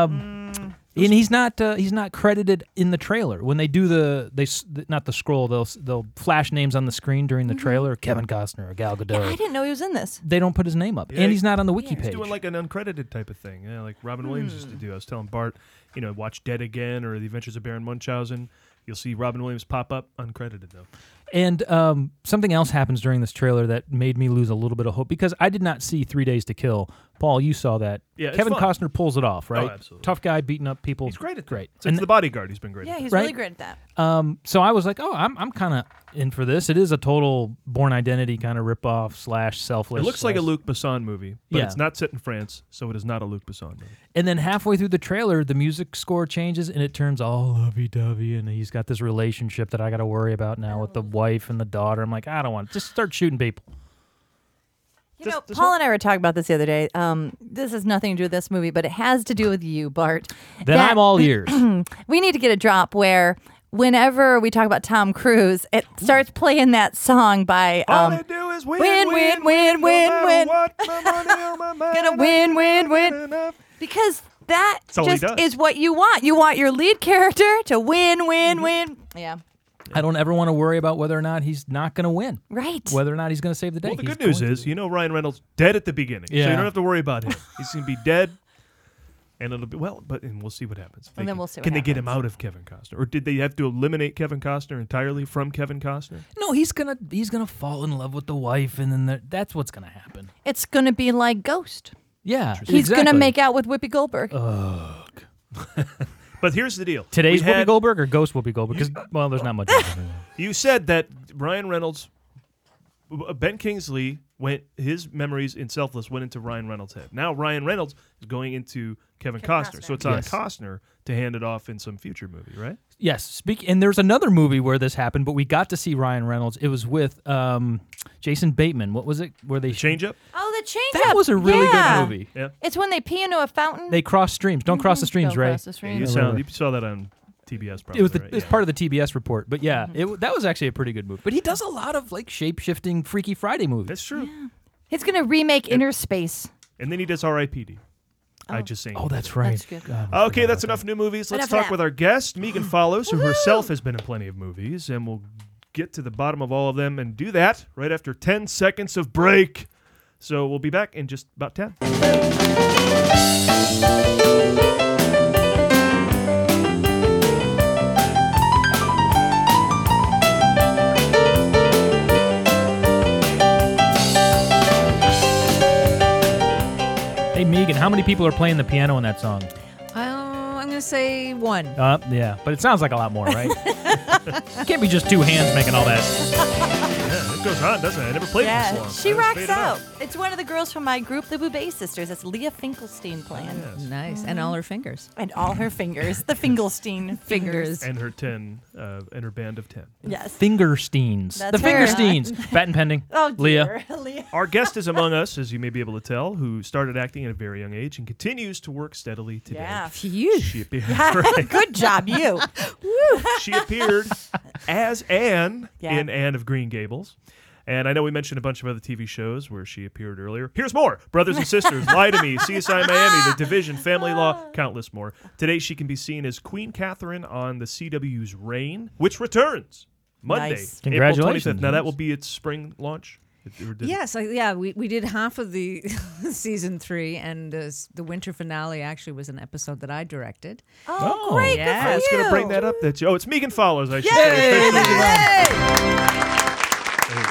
Um, And he's not uh, he's not credited in the trailer. When they do the they s- not the scroll, they'll s- they'll flash names on the screen during the trailer. Kevin Costner, or Gal Gadot.
Mm-hmm. I didn't know he was in this.
they don't put his name up,
Yeah,
and he's not on the wiki
He's
page.
doing like an uncredited type of thing, yeah, like Robin Williams used to do. I was telling Bart, you know, watch Dead Again or The Adventures of Baron Munchausen. You'll see Robin Williams pop up uncredited though.
And um, something else happens during this trailer that made me lose a little bit of hope because I did not see Three Days to Kill. Paul, you saw that.
Yeah, it's
Kevin
fun. Oh,
Costner pulls it off, right?
absolutely.
Tough guy beating up people. He's
great at that.
great.
Since The Bodyguard, he's been great.
Yeah, he's
Right?
really great at that.
Um, so I was like, oh, I'm I'm kind of in for this. It is a total Born Identity kind of ripoff slash selfless.
It looks like a
slash-
Luc Besson movie, but
Yeah.
it's not set in France, so it is not a Luc Besson movie.
And then halfway through the trailer, the music score changes and it turns all lovey dovey. And he's got this relationship that I got to worry about now with the wife and the daughter. I'm like, I don't want to. Just start shooting people.
You know, Paul and I were talking about this the other day. Um, this has nothing to do with this movie, but it has to do with you, Bart.
Then I'm all ears.
we need to get a drop where whenever we talk about Tom Cruise, it starts playing that song by um,
do is
win, win, win, win, win.
oh,
Gonna win, win, win. Because that
That's all he
just
does.
is what you want. You want your lead character to win,
Mm-hmm.
win, win. Yeah.
I don't ever want to worry about whether or not he's not going to win.
Right.
Whether or not he's going to save the day.
Well, the
He's
good news
going to.
is, you know, Ryan Reynolds dead at the beginning, so
Yeah.
you don't have to worry about him. He's going to be dead, and it'll be well. But and we'll see what happens.
And
They
then
can-
we'll see what
Can they get him out of Kevin Costner, or did they have to eliminate Kevin Costner entirely from Kevin Costner?
No, he's gonna he's gonna fall in love with the wife, and then the, that's what's gonna happen.
It's going to be like Ghost.
Yeah, Uh,
He's going to make out with Whoopi Goldberg.
But here's the deal.
Today's
We
Whoopi
had-
Goldberg or Ghost Whoopi Goldberg? Because well, there's not much. difference.
You said that Ryan Reynolds, uh, Ben Kingsley went his memories in Selfless went into Ryan Reynolds' head. Now Ryan Reynolds is going into Kevin, Costner. so it's on
Yes.
Costner to hand it off in some future movie, right?
yes, speak. And there's another movie where this happened, but we got to see Ryan Reynolds. It was with um, Jason Bateman. What was it? Where they
change up?
Oh, the change
That was a really good movie.
It's when they pee into a fountain.
They cross streams. Don't cross the streams,
Mm-hmm. Don't
Ray.
cross the Yeah, streams.
You sound you saw that on TBS. Probably,
it was, the,
right?
it was part of the TBS report, but yeah, it w that was actually a pretty good movie. But he does a lot of like shape shifting, Freaky Friday movies.
That's true.
He's going to remake Inner Space.
And then he does R.I.P.D. I just sing.
Oh, that's right. That's good. God,
okay, that's enough new movies. Let's
Enough of
talk
that.
with our guest, Megan Follows, who herself has been in plenty of movies, and we'll get to the bottom of all of them and do that right after 10 seconds of break. So we'll be back in just about 10.
Hey Megan, how many people are playing the piano in that song?
I'm gonna say one.
Uh, yeah, but it sounds like a lot more, right? Can't be just two hands making all that.
Yeah, it goes on, doesn't it? I never played
yeah,
this long.
she
I just made
rocks
it up.
out. It's one of the girls from my group, the Boubet Sisters. It's Leah Finkelstein playing.
Oh, Nice, and all her fingers.
And all her fingers, the Finkelstein fingers.
And her 10, uh, and her band of 10.
Yes.
Fingersteins.
That's
the
her.
Fingersteins. Patent pending.
Oh,
Leah.
dear. Leah.
Our guest is among us, as you may be able to tell, who started acting at a very young age and continues to work steadily today.
Yeah.
She appeared,
Good job, you.
she appeared as Anne
Yeah.
in Anne of Green Gables. And I know we mentioned a bunch of other TV shows where she appeared earlier. Here's more Brothers and Sisters, Lie to Me, CSI Miami, The Division, Family Law, countless more. Today she can be seen as Queen Catherine on the CW's Reign, which returns Monday,
Nice.
April
Congratulations.
25th. Now that will be its spring launch. It- or did it-
Yes, I, yeah, we, we did half of the season three, and uh, s- the winter finale actually was an episode that I directed.
Oh, great. Good
Yeah.
I was going to bring that up. That oh, it's Megan Follows. I should say.
Yay!
officially.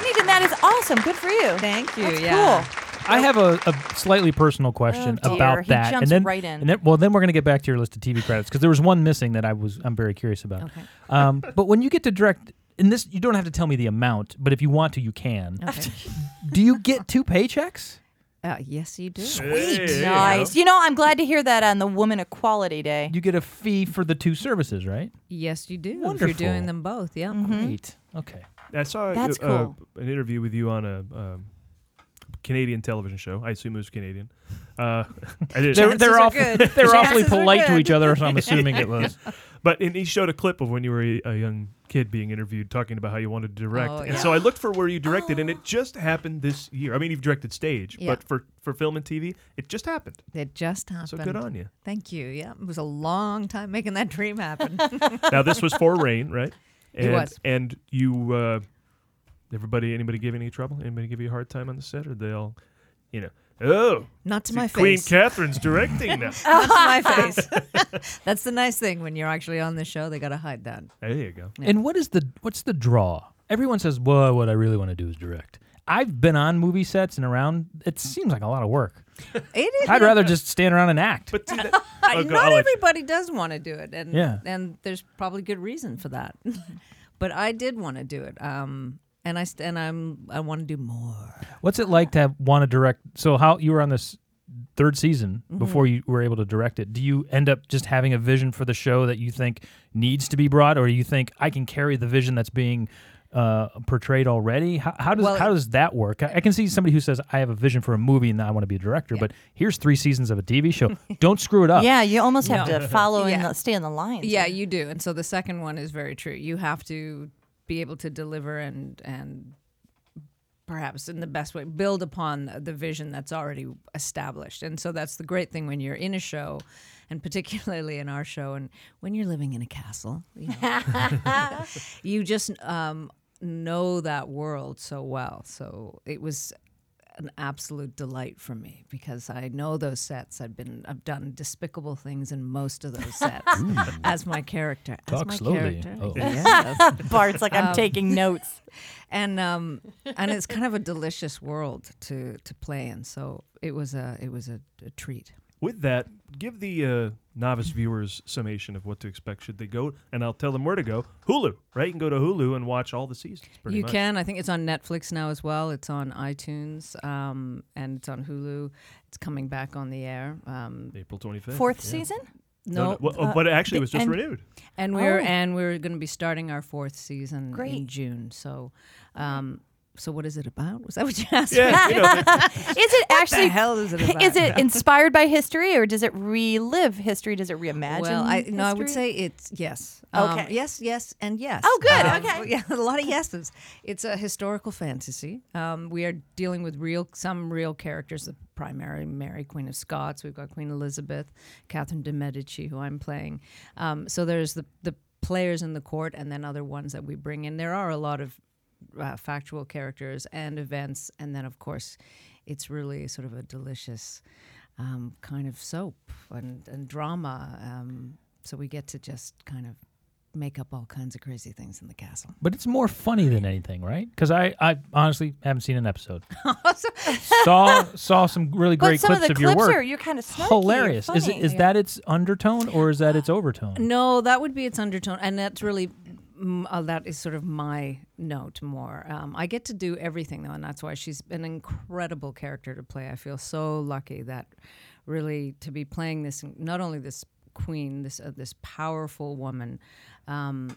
Megan, that is awesome. Good for you. Thank
you,
That's
yeah.
cool.
I have a, a slightly personal question
Oh, dear.
about
He
that.
jumps
and then,
right in.
and then- well, then we're going to get back to your list of TV credits because there was one missing that I was I'm very curious about.
Okay.
Um, but when you get to direct, and this you don't have to tell me the amount, but if you want to, you can.
Okay.
Do you get two paychecks?
Uh, yes, you do.
Sweet.
Nice. You know, I'm glad to hear that on the Woman Equality Day.
You get a fee for the two services, right?
Yes, you do. If
Wonderful.
you're doing them both, yeah.
Mm-hmm.
Great. Okay.
I saw uh,
That's
uh,
cool.
an interview with you on a um, Canadian television show. I assume it was Canadian. Uh, I did.
They're- they're Chances are awful- good. they're Chances awfully are polite to good. each other, so I'm assuming it was.
But and he showed a clip of when you were a, a young kid being interviewed, talking about how you wanted to direct.
Oh,
and
yeah.
so I looked for where you directed, and it just happened this year. I mean, you've directed stage,
Oh. Yeah.
but for for film and TV, it just happened.
That just happened.
So good on you.
Thank you. Yeah, it was a long time making that dream happen.
now this was for rain, right?
It
And,
was.
And you, uh, everybody, anybody give any trouble? Anybody give you a hard time on the set, or they all, you know, oh,
Not to
see
my
Queen
face.
Catherine's directing now.
Not to my face. That's the nice thing when you're actually on the show; they gotta hide that.
There you go.
And what is the what's the draw Everyone says, "Well, what I really want to do is direct." I've been on movie sets and around. It seems like a lot of work.
It is.
I'd rather just stand around and act. But
Oh, go- I'll
Not
let you-
everybody does want to do it, and
Yeah.
and there's probably good reason for that. but I did want to do it, um, and I st- and I'm I want to do more.
What's it like to have, want to direct? So how you were on this third season
Mhm.
before you were able to direct it? Do you end up just having a vision for the show that you think needs to be brought, or you think I can carry the vision that's being uh, portrayed already? How, how does
Well,
how does that work? I, I can see somebody who says I have a vision for a movie and I want to be a director, but here's three seasons of a TV show. Don't screw it up.
Yeah, you almost have
No.
to follow and
Yeah.
stay in the lines.
Yeah, you do. And so the second one is very true. You have to be able to deliver and and perhaps in the best way build upon the vision that's already established. And so that's the great thing when you're in a show and particularly in our show and when you're living in a castle, you, know, you just um, know that world so well. So it was an absolute delight for me because I know those sets. I've been I've done despicable things in most of those sets
Ooh.
as my character. as
Talk
my
slowly.
character.
Oh.
Yes.
Bart's like, "I'm taking notes."
And um and it's kind of a delicious world to to play in. So it was a it was a, a treat.
With that, give the uh, novice viewers summation of what to expect should they go, and I'll tell them where to go. Hulu, right? You can go to Hulu and watch all the seasons. Pretty
you
much.
can. I think it's on Netflix now as well. It's on iTunes um, and it's on Hulu. It's coming back on the air. Um,
April 25th.
Fourth Yeah. season? uh,
No,
No, no. Well, oh, but actually it was just renewed.
And we're
Oh.
and we're going to be starting our fourth season in
Great.
June. So, um, so what is it about? Was that what you asked?
Yeah,
me?
you know, it's-
What
Is it actually?
The hell is it? About?
Is it inspired by history, or does it relive history? Does it reimagine?
Well, I, no, I would
history?
say it's yes. Um,
Okay.
yes, yes, and yes.
Oh, good.
Um,
Okay.
Yeah, a lot of yeses. It's a historical fantasy. Um, we are dealing with real, some real characters. The primary Mary, Queen of Scots. We've got Queen Elizabeth, Catherine de Medici, who I'm playing. Um, so there's the the players in the court, and then other ones that we bring in. There are a lot of uh, factual characters and events, and then of course, it's really sort of a delicious um, kind of soap and, and drama. Um, so we get to just kind of make up all kinds of crazy things in the castle.
But it's more funny than anything, right? Because I, I honestly haven't seen an episode. saw saw some really
But
great
some of
clips
the
your
clips
work.
are- you're kinda snarky,
hilarious. Is it,
funny.
is
Yeah.
that its undertone or is that its overtone?
No, that would be its undertone, and that's really mm, uh, that is sort of my note more. Um, I get to do everything though, and that's why she's an incredible character to play. I feel so lucky that really to be playing this, not only this queen, this uh, this powerful woman. Um,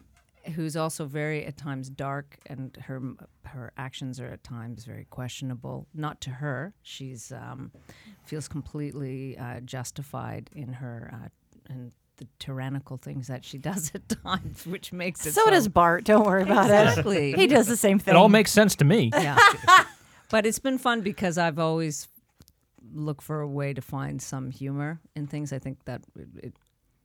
Who's also very at times dark, and her her actions are at times very questionable. Not to her, she's um, feels completely uh, justified in her uh, in the tyrannical things that she does at times, which makes it
So does Bart. Don't worry about it.
Exactly.
He does the same
It all makes sense to me.
yeah. but it's been fun because I've always looked for a way to find some humor in things. I think that it, it-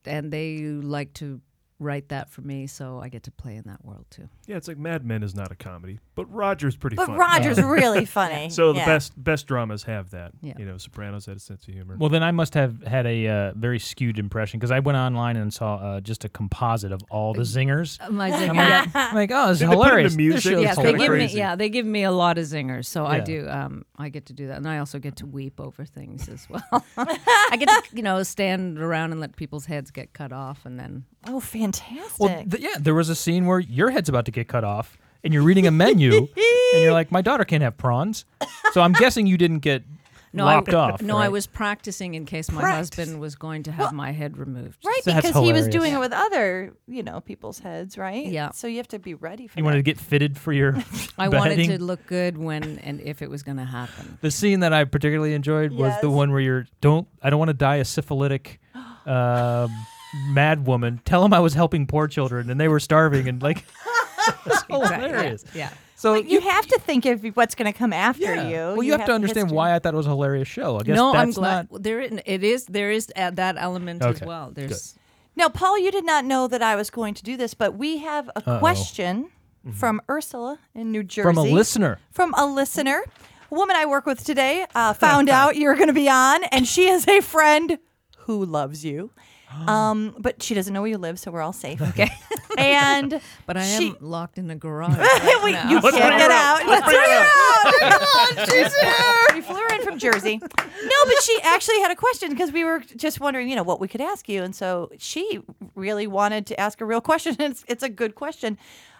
and they like to write that for me, so I get to play in that world too.
Yeah, it's like Mad Men is not a comedy, but Roger's pretty
But
funny.
Roger's really funny,
So the
yeah.
best best dramas have that.
Yeah.
You know, Sopranos had a sense of humor.
Well, then I must have had a uh, very skewed impression because I went online and saw uh, just a composite of all the zingers.
My
I'm
zinger.
like, I'm like, oh, it's
Did they put it into
hilarious. This
music?
show's
yeah, they give me,
hilarious.
yeah, they give me a lot of zingers, so I
Yeah.
do. Um, I get to do that, and I also get to weep over things as well. I get to, you know, stand around and let people's heads get cut off, and then
oh, fantastic!
Well, th- yeah, there was a scene where your head's about to get cut off, and you're reading a menu, and you're like, "My daughter can't have prawns," so I'm guessing you didn't get lopped
I,
off.
No, I
right?
was practicing in case my husband was going to have my head removed.
Right,
That's
because he was
hilarious.
doing it with other, you know, people's heads, right? Yeah. So you have to be ready for
You wanted to get fitted for your.
I wanted
beheading?
to look good when and if it was going to happen.
The scene that I particularly enjoyed was the
Yes.
one where you're don't I don't want to die a syphilitic um mad woman. Tell them I was helping poor children and they were starving and like That's
Exactly, yeah,
hilarious.
Yeah.
So
But you, have to think of what's going to come after you.
Well, you, have, to understand why I thought it was a hilarious show. I guess
no,
that's
I'm glad
not
there. is- It is there is uh, that element as
Okay,
well.
good.
There's
Now, Paul, you did not know that I was going to do this, but we have a
Uh-oh. Mm-hmm.
question from Ursula in New Jersey.
From a listener.
From a listener. A woman I work with today uh, found out you were going to be on, and she is a friend who loves you. Um, but she doesn't know where you live, so we're all safe.
Okay.
and
but I am
she-
locked in a garage.
Wait,
right
you
now.
can't get out.
Let's
Bring
bring her
her
out.
out. Come on, she's here. We flew her in from Jersey. No, but she actually had a question because we were just wondering, you know, what we could ask you, and so she really wanted to ask a real question. It's it's a good question.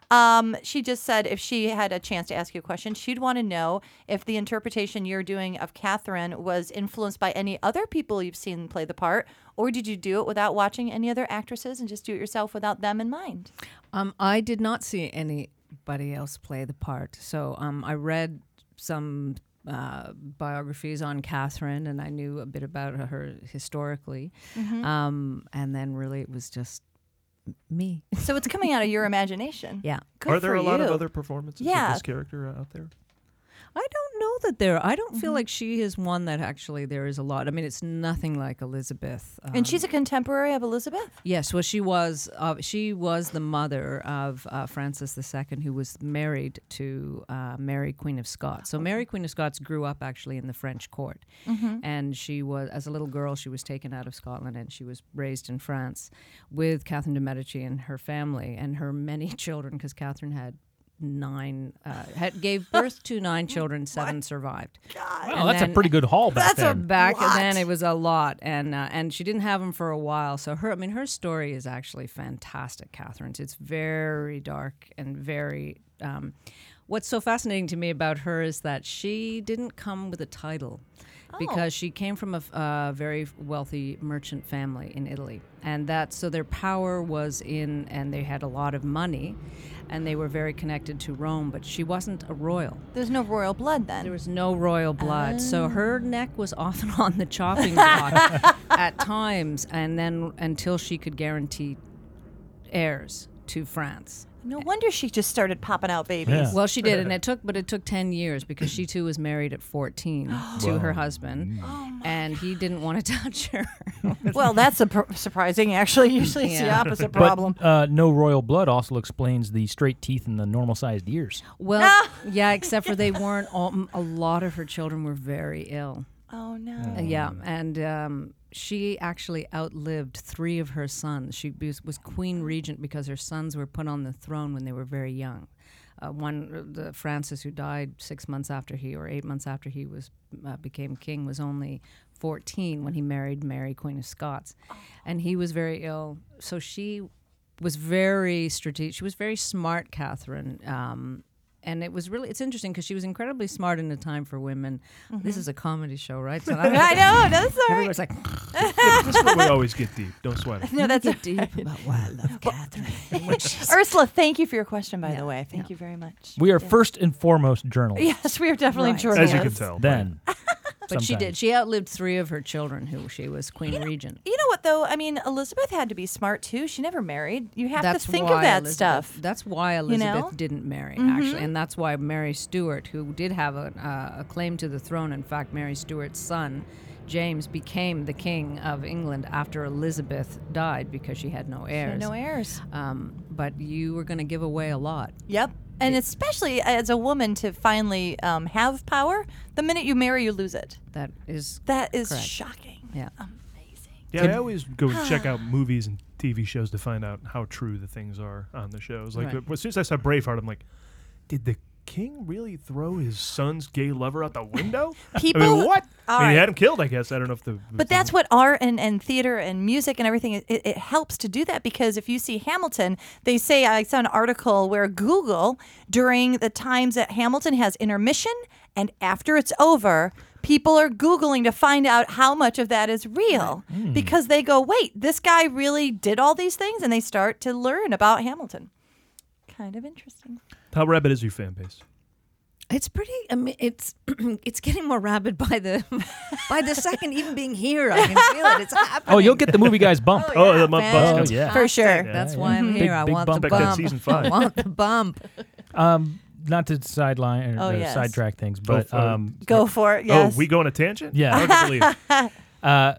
Um, she just said if she had a chance to ask you a question, she'd want to know if the interpretation you're doing of Catherine was influenced by any other people you've seen play the part, or did you do it without watching any other actresses and just do it yourself without them in mind?
Um, I did not see anybody else play the part. So um, I read some uh, biographies on Catherine, and I knew a bit about her historically.
Mhm.
Um, and then really, it was just me.
So it's coming out of your imagination.
Yeah.
Good
Are there
for
a lot of
you.
other performances
Yeah.
of this character uh, out there?
I don't know that there. I don't feel like she is one that actually there is a lot. I mean, it's nothing like Elizabeth. Um,
and she's a contemporary of Elizabeth.
Yes, well, she was uh, she was the mother of uh, Francis II, who was married to uh, Mary Queen of Scots. So Mary Queen of Scots grew up actually in the French court,
Mhm.
and she was as a little girl she was taken out of Scotland and she was raised in France with Catherine de Medici and her family and her many children because Catherine had nine uh, had gave birth to nine children, seven survived. God.
Wow, that's a pretty good haul back
that's
then.
a back then it was a lot, and uh, and she didn't have them for a while. So her, I mean, her story is actually fantastic, Catherine's. It's very dark and very. Um, what's so fascinating to me about her is that she didn't come with a title. Because she came from a f- uh, very wealthy merchant family in Italy, and that so their power was in, and they had a lot of money, and they were very connected to Rome. But she wasn't a royal.
There's no royal blood then. There
was no royal blood. So her neck was often on the chopping block at times, and then until she could guarantee heirs to France.
No wonder she just started popping out babies.
Well, she did, and it took, but it took ten years because she too was married at fourteen to her
Wow.
husband, and he didn't want to touch her.
well, that's a pr- surprising. Actually, usually it's the
Yeah.
opposite
But,
problem.
uh, no royal blood also explains the straight teeth and the normal sized ears.
Well, yeah, except for they weren't. All, m- a lot of her children were very ill.
Oh no.
Uh, Yeah, and um, she actually outlived three of her sons. She was, was queen regent because her sons were put on the throne when they were very young. Uh, one, the Francis, who died six months after he or eight months after he was uh, became king, was only fourteen when he married Mary, Queen of Scots, and he was very ill. So she was very strategic. She was very smart, Catherine. Um, and it was really it's interesting because she was incredibly smart in a time for women. This
Mhm.
is a comedy show, right? So
I know, no, that's all right.
Everybody's like,
That's where we always get deep. Don't sweat it.
No, that's
get deep about why I love Catherine.
Ursula, thank you for your question, by the way. Thank you very much.
We are first and foremost journalists.
Yes, we are definitely
Right.
journalists.
Then.
but she
Sometimes.
did. She outlived three of her children, who she was queen regent.
You know what though? I mean, Elizabeth had to be smart too. She never married. You have
that's
to think
why
of that
Elizabeth-
stuff.
That's why
You
Elizabeth
know?
didn't marry,
Mhm.
actually, and that's why Mary Stuart, who did have a, uh, a claim to the throne, in fact, Mary Stuart's son James became the king of England after Elizabeth died because she had no
had
heirs.
no heirs.
Um, but you were going to give away a lot.
Yep. And especially as a woman to finally um, have power, the minute you marry, you lose it.
That is
that is
correct.
shocking.
Yeah.
Yeah, I always go and check out movies and TV shows to find out how true the things are on the shows. Like
Right.
as soon as I saw Braveheart, I'm like, did the king really throw his son's gay lover out the window? I
People-
mean, what?
All
I mean, he
right.
had him killed, I guess. I don't know if the
But that's what art and, and theater and music and everything, it, it it helps to do that because if you see Hamilton, they say, I saw an article where Google, during the times that Hamilton has intermission and after it's over, people are Googling to find out how much of that is real because they go, wait, this guy really did all these things and they start to learn about Hamilton. Kind of interesting.
how rabid is your fan base?
It's pretty. I mean, it's it's getting more rabid by the by the second. Even being here, I can feel it. It's happening.
Oh, you'll get the movie guys bump.
Oh, the month
bump.
bump.
Oh, yeah.
For sure. That's why I'm here.
Big-
I
big
want
bump.
the
Expect that
bump.
season five.
I want the bump.
Um, not to sideline or
Oh,
uh,
yes.
sidetrack things,
Go
but
for it.
um,
Go for it, yes.
Oh, we go on a tangent?
Yeah.
Hard to believe.
uh,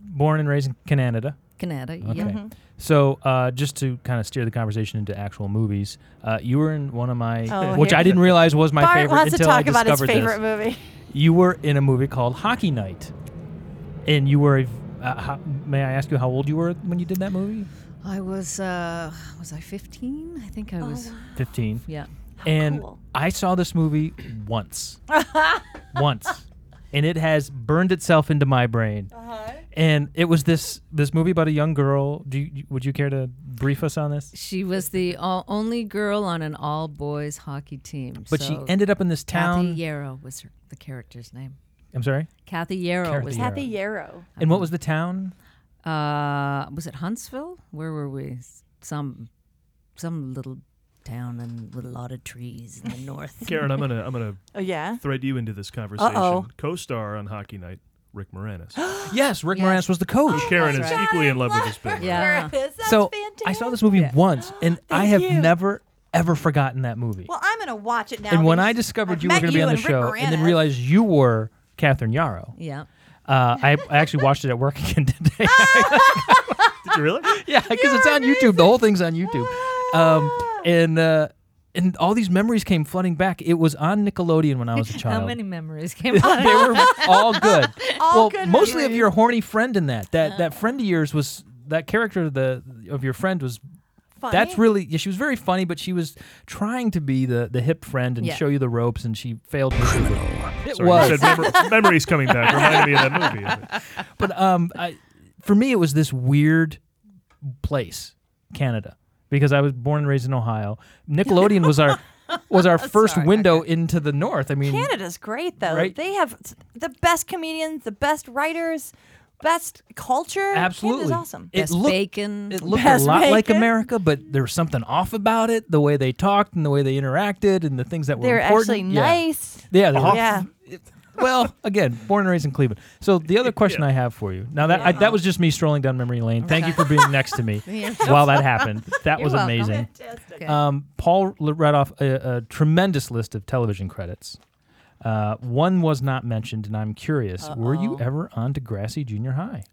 born and raised in Canada.
Canada, yeah.
Okay.
Mm-hmm.
Mhm.
So, uh, just to kind of steer the conversation into actual movies, uh, you were in one of my,
Oh,
which
here-
I didn't realize was my
Bart
favorite
wants to
until
talk
I
about his
discovered
favorite
this.
movie.
You were in a movie called Hockey Night, and you were a, v- Uh, how, may I ask you how old you were when you did that movie?
I was uh, was I 15? I think I was.
15.
Oh, Yeah.
Oh,
and I saw this movie once. once. And it has burned itself into my brain. Uh-huh. And it was this this movie about a young girl. Do you, would you care to brief us on this?
She was the all, only girl on an all boys hockey team.
But she
so
ended up in this town-
Kathy Yarrow was her, the character's name.
I'm sorry.
Kathy Yarrow
Kathy
was
Yarrow. Kathy
Yarrow.
And what was the town?
Uh, was it Huntsville? Where were we? S- Some, some little town and with a lot of trees in the north.
Karen, I'm gonna I'm gonna
Oh, yeah?
thread you into this conversation.
Uh-oh.
Co-star on Hockey Night, Rick Moranis.
Yes, Rick Moranis was the coach.
Karen is equally in love with this band.
Yeah.
so I saw this movie once, and I have never ever forgotten that movie.
Well, I'm going to watch it now.
and when
because
I discovered
I've
you were
met
going to be on the
and Rick
show, and then
Moranis.
realized you were Catherine Yarrow,
Yeah.
uh, I, I actually watched it at work again today.
Did you really?
yeah, because it's on YouTube. The whole thing's on YouTube. Um, and uh, and all these memories came flooding back. It was on Nickelodeon when I was a child.
How many memories came out?
they were all good.
All
well,
good
mostly of
memories. Oh.
your horny friend in that. That that friend of yours was that character of the of your friend was That's
Funny?
really yeah, she was very funny, but she was trying to be the the hip friend and
Yeah.
show you the ropes and she failed miserably. It
Sorry,
was
you said memor- memories coming back. Reminded me of that movie.
but um, I, for me, it was this weird place, Canada, because I was born and raised in Ohio. Nickelodeon was our was our first window into the North. I mean,
Canada's great though.
Right?
They have s- the best comedians, the best writers, best culture.
absolutely,
Canada's awesome.
It looked,
bacon.
It looked
Best
a lot like
bacon.
America, but there was something off about it. The way they talked and the way they interacted and the things that were
They're
important.
actually
Yeah.
nice.
Yeah, they were-
yeah.
Well, again, born and raised in Cleveland. So the other question I have for you now that I, that was just me strolling down memory lane. Thank you for being next to me
Yeah.
while that happened. That
You're
was
welcome.
amazing.
Fantastic.
Um, Paul l- read off a, a tremendous list of television credits. Uh, one was not mentioned, and I'm curious: Were you ever on Degrassi Junior High?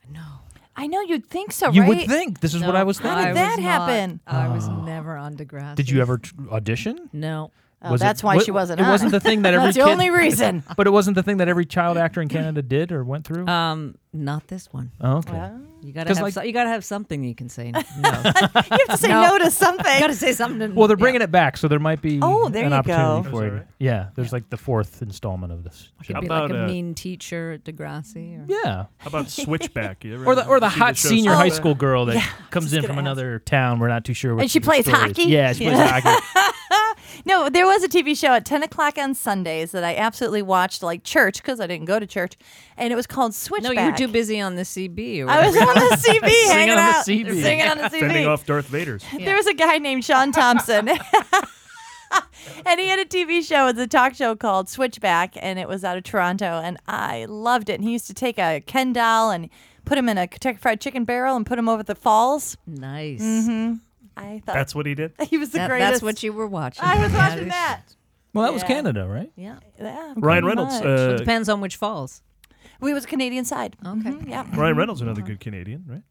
I know you'd think so,
You
right?
would think. This is what I was
How
thinking. Oh.
did that happen?
I was never on Degrassi.
Did you ever tr- audition?
No.
Oh, that's why she wasn't
It
on
wasn't
it.
the thing that every
That's the
kid-
only reason. Uh,
but it wasn't the thing that every child actor in Canada did or went through.
Um, not this one.
Oh, okay.
You gotta
'Cause
have
like-
so- you gotta have something you can say. No. you have
to say no to something.
gotta say something.
Well, they're bringing it back, so there might be
Oh, there
an
you
opportunity for
go. Is
you.
that right?
Yeah, there's like the fourth installment of this.
Could
show.
be like
uh,
a mean teacher at Degrassi. Or...
Yeah.
How about Switchback? You ever
or the or the
seen
hot
show
senior high
Switchback?
school girl that
Yeah,
comes in from another town. We're not too sure. what
she plays
story is.
hockey?
Yeah, she plays
Yeah.
hockey.
No, there was a TV show at 10 o'clock on Sundays that I absolutely watched, like church, because I didn't go to church. And it was called
No,
Switchback.
you were too busy on the CB. Or
I was
whatever.
on the CB
Singing
hanging
on the
out.
CB.
Singing on the CB.
Fending off Darth Vader's.
There was a guy named Sean Thompson. and he had a TV show. It's a talk show called Switchback, and it was out of Toronto. And I loved it. And he used to take a Ken doll and put him in a Kentucky Fried Chicken barrel and put him over the falls.
Nice.
hmm I thought
That's what he did.
he was the
That-
greatest.
That's what you were watching.
I was
Yeah,
watching
it's-
that.
Well, that was
Yeah.
Canada, right?
Yeah.
Yeah,
Ryan
pretty
Reynolds,
much.
uh,
It depends on which falls.
we was Canadian side. Okay. yeah.
Ryan Reynolds, another good Canadian, right?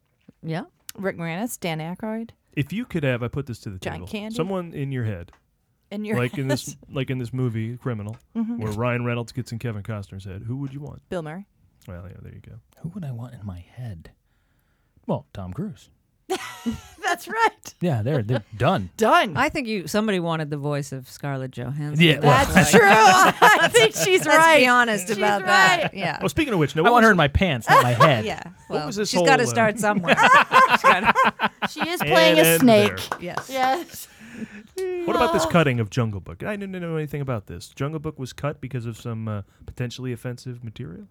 Yeah.
Rick Moranis, Dan Aykroyd.
If you could have, I put this to the
John
table.
Candy?
Someone in your head,
In your
like in this, like in this movie, Criminal,
Mhm.
where Ryan Reynolds gets in Kevin Costner's head. Who would you want?
Bill Murray.
Well, yeah, there you go.
Who would I want in my head? Well, Tom Cruise.
That's right.
Yeah, they're they're done.
Done.
I think you somebody wanted the voice of Scarlett Johansson.
Yeah, well.
That's
That's true.
I think she's
Let's be
right.
honest
She's
about
right.
that. Yeah.
Oh, speaking of which, no,
I want her in my pants, not my head.
Yeah.
What
Well,
was this
she's got to
whole, uh,
start somewhere.
She is
And
playing a
end
snake.
there.
Yes.
Yes.
What about this cutting of Jungle Book? I didn't know anything about this. Jungle Book was cut because of some uh, potentially offensive material.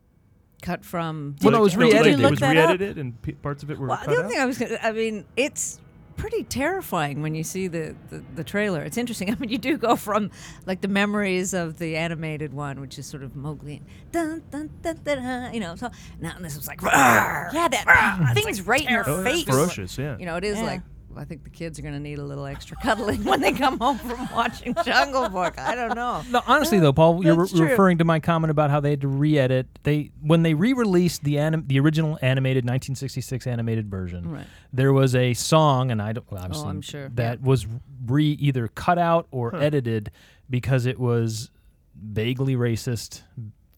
Cut from.
Well, no, it was
like,
re-edited.
It
Look
was
that
re-edited, and p- parts of it were
Well,
cut
the
out.
other thing I was going to, I mean, it's pretty terrifying when you see the, the, the trailer. It's interesting. I mean, you do go from like the memories of the animated one, which is sort of Mowgli, and dun, dun, dun, dun, dun, you know, so now this was like, "Rawr!"
Yeah,
Ah,
that
Rawr! It's
thing's
like
right in your
terrifying.
face.
It's ferocious, yeah.
You know, it is
Yeah.
like, I think the kids are going to need a little extra cuddling when they come home from watching Jungle Book. I don't know.
No, honestly though, Paul, you're re-
That's true.
referring to my comment about how they had to re-edit. They when they re-released the anim- the original animated 1966 animated version,
Right. Oh,
there was a song, and I don't well, obviously
I'm sure.
that was re either cut out or
Huh.
edited because it was vaguely racist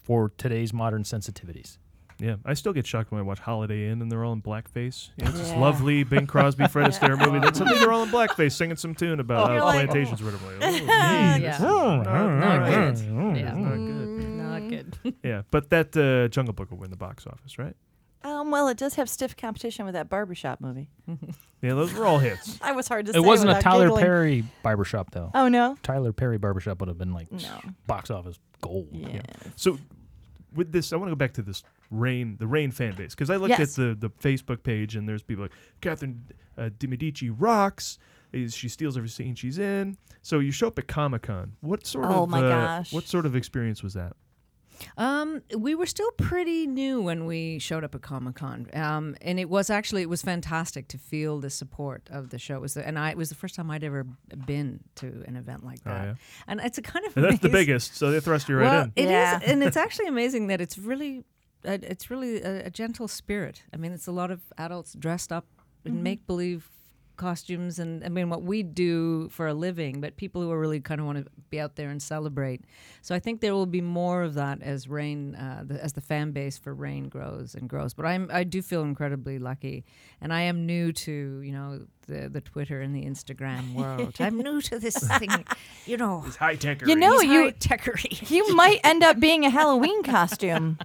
for today's modern sensitivities.
Yeah, I still get shocked when I watch Holiday Inn and they're all in blackface. You know, it's this
Yeah.
lovely Bing Crosby, Fred Astaire movie. That's
Yeah.
something they're all in blackface singing some tune about
Oh,
how
you're like, Oh,
plantations were to blame. Ooh, geez,
Yeah.
this is
Not
not
good.
good. Mm-hmm.
Yeah.
Not good.
Mm.
Not good.
Yeah, but that uh, Jungle Book will win the box office, right?
Um, well, it does have stiff competition with that barbershop movie.
Yeah, those were all hits.
I was hard to say.
It wasn't a
without
Tyler
giggling.
Perry barbershop though.
Uh,
Oh, no?
Tyler Perry barbershop would have been like
No.
box office gold.
Yeah.
So with this, I want to go back to this rain, the rain fan base, because I looked
Yes.
at the the Facebook page and there's people like Catherine uh, Di Medici rocks. is- She steals every scene she's in. So you show up at Comic Con. What sort
Oh
of
my
uh,
gosh.
what sort of experience was that?
Um, we were still pretty new when we showed up at Comic Con, um, and it was actually it was fantastic to feel the support of the show. It was the, and I it was the first time I'd ever been to an event like
Oh,
that,
yeah.
and it's a kind of
And that's the
amazing-
biggest, so they thrust you right
Well,
in.
it is,
Yeah.
and it's actually amazing that it's really uh, it's really a, a gentle spirit. I mean, it's a lot of adults dressed up in
Mhm.
make believe costumes and I mean what we do for a living, but people who are really kind of want to be out there and celebrate. So I think there will be more of that as Rain, uh, the, as the fan base for Rain grows and grows. But I'm I do feel incredibly lucky, and I am new to you know the the Twitter and the Instagram world. I'm new to this thing, you know. Oh, It's
high tech.
You know, you
Techery.
you might end up being a Halloween costume.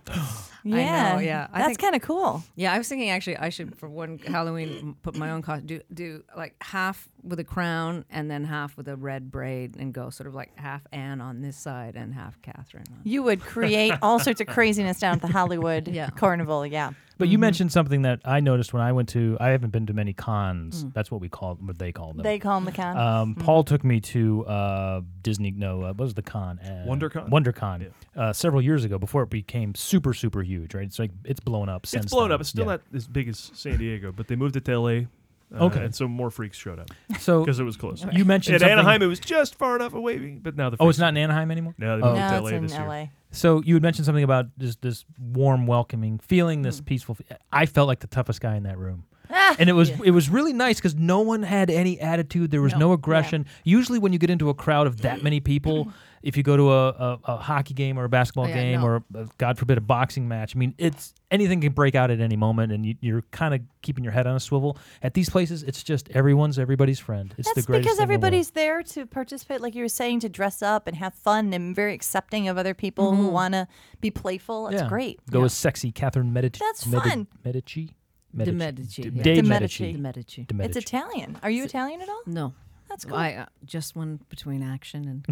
I
yeah,
know, yeah. I
that's
think-
kind of cool.
Yeah, I was thinking actually I should for one Halloween m- put my own costume do do like half with a crown and then half with a red braid and go sort of like half Anne on this side and half Catherine. On.
You would create all sorts of craziness down at the Hollywood Carnival. Yeah.
But you mentioned something that I noticed when I went to. I haven't been to many cons.
Mm.
That's what we call what they call them.
They call 'em the con.
Um,
Mm.
Paul took me to uh, Disney. No, uh, what was the con? Uh,
WonderCon?
WonderCon. Uh, several years ago, before it became super super huge. Right? It's like it's blown up since.
It's blown
then.
up. It's still
Yeah.
not as big as San Diego, but they moved it to L.A. uh,
Okay.
and so more freaks showed up.
So-
because it was close.
You mentioned
at
something-
Anaheim, it was just far enough away, but now the
Oh, it's
freaks-
not in Anaheim anymore.
No, they
Oh.
moved it to LA this year.
So you had mentioned something about just this warm, welcoming feeling, this peaceful. fe- I felt like the toughest guy in that room,
Ah!
and it was
Yeah.
it was really nice because no one had any attitude. There was no, aggression. Usually, when you get into a crowd of that many people, if you go to a, a, a hockey game or a basketball
Oh, yeah,
game
no.
or uh, God forbid a boxing match, I mean, it's anything can break out at any moment, and you, you're kind of keeping your head on a swivel. At these places, it's just everyone's everybody's friend. It's
That's
the greatest
because
thing in the world.
everybody's there to participate, like you were saying, to dress up and have fun and very accepting of other people who
Mhm.
want to be playful. It's
Yeah.
great.
Go with sexy Catherine Medici.
That's
Medi-
fun.
Medici.
De Medici. yeah.
De
De Medici.
De Medici.
It's Italian. Are you Italian at all?
No.
That's
Well,
cool.
I, uh, just one between action and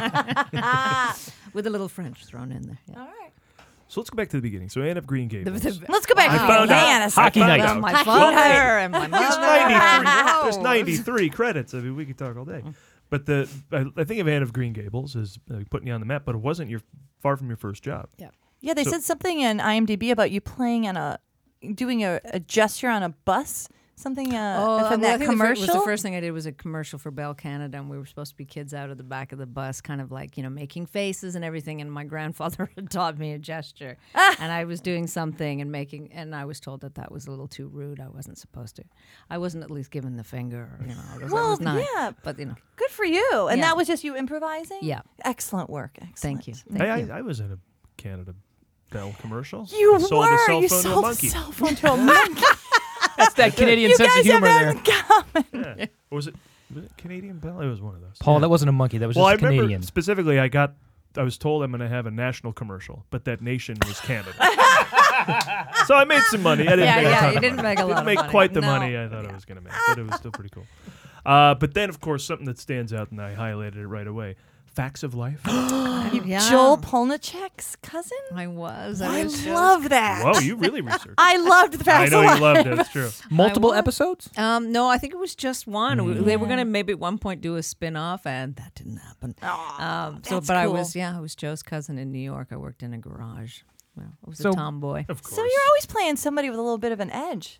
cut. with a little French thrown in there. All
right.
So let's go back to the beginning. So Anne of Green Gables.
the-
Let's go back
I
Oh,
to
found
Hang
out-
on a
I
second.
found
Hockey
out.
night.
My
Well,
father
hey,
and my
There's
mother.
93, there's
Wow.
93 credits. I mean, we could talk all day. But the I, I think of Anne of Green Gables as uh, putting you on the map, but it wasn't your far from your first job.
Yeah.
Yeah, they
So-
said something in IMDb about you playing on a, doing a, a gesture on a bus, something uh, from
well, Oh, I
that
think the fir-
commercial.
was the first thing I did was a commercial for Bell Canada, and we were supposed to be kids out of the back of the bus, kind of like you know making faces and everything. And my grandfather had taught me a gesture, and I was doing something and making, and I was told that that was a little too rude. I wasn't supposed to. I wasn't at least given the finger, or, you know. I was, I
Well,
was not,
yeah.
but you know,
Good for you. And
Yeah.
that was just you improvising?
yeah.
Excellent work.
Thank you. Thank
Hey,
you.
I, I was in a Canada Bell commercial.
You
I sold
were.
a cell
you
phone
sold
to a monkey.
a cell phone to a monkey.
That's that Canadian
you
sense
guys
of humor
have
there.
Yeah. Or was it, was it Canadian Bell? It was one of those.
Paul, that wasn't a monkey. That was
well,
just
I remember
Canadian.
specifically. I got. I was told I'm going to have a national commercial, but that nation was Canada. so I made some money. I didn't
Yeah,
make a
yeah,
ton
you
of
didn't
money.
make a lot
Didn't
of
make
money.
quite the
No.
money I thought I was going to make, but it was still pretty cool. Uh, but then, of course, something that stands out, and I highlighted it right away: facts of life.
you.
Yeah.
Joel Polnicek's cousin?
I was.
I,
was just-
love that.
Whoa, you really researched.
I loved the
I
facts
know
of
you
life.
loved it. It's true.
Multiple episodes?
Um, no, I think it was just one. We-
Mm.
They were going to maybe at one point do a spin off, and that didn't happen. um, so,
that's
but I
cool.
was, yeah, I was Joe's cousin in New York. I worked in a garage. Well, I was
So-
a tomboy.
Of
So you're always playing somebody with a little bit of an edge.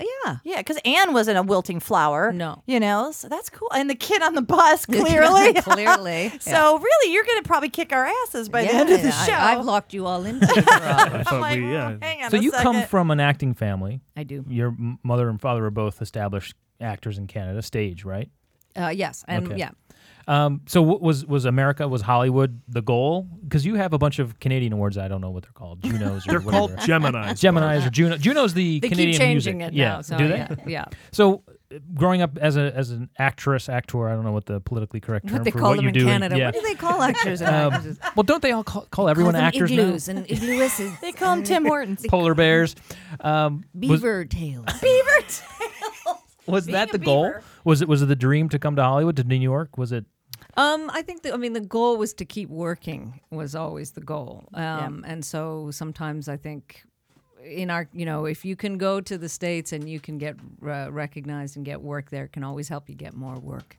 Yeah.
Yeah, because Anne wasn't a wilting flower.
No.
You know, so that's cool. And the kid on the bus,
The kid on
clearly.
the- clearly,
so
yeah.
really, you're going to probably kick our asses by the end of the show.
I, have locked you all into the garage.
I thought
like,
we-
"Well, hang on
so
a
you come
second."
from an acting family.
I do.
Your m- mother and father are both established actors in Canada, stage, right?
Uh, yes, and
Okay.
yeah.
Um, so w- was was America was Hollywood the goal? Because you have a bunch of Canadian awards. I don't know what they're called. Junos. Or
They're called
whatever.
Geminis.
Geminis or Juno. Juno's the
They keep
Canadian
changing
music.
it
yeah.
now, so
Do they?
yeah, yeah.
So. uh, Growing up as a as an actress, actor, I don't know what the politically correct term
What they
for
call
what
them
you
in
do.
Canada.
Yeah.
What do they call actors and
Um,
actresses?
well, don't they all call, call everyone
them
actors
igloos
now?
and
iglooses. they call them Tim Hortons.
Polar bears, um, was-
tails. Beaver tails.
Was that the goal? Was it was it the dream to come to Hollywood to New York? Was it
Um, I think the, I mean the goal was to keep working was always the goal. Um, and so sometimes I think in our you know if you can go to the states and you can get uh, recognized and get work there it can always help you get more work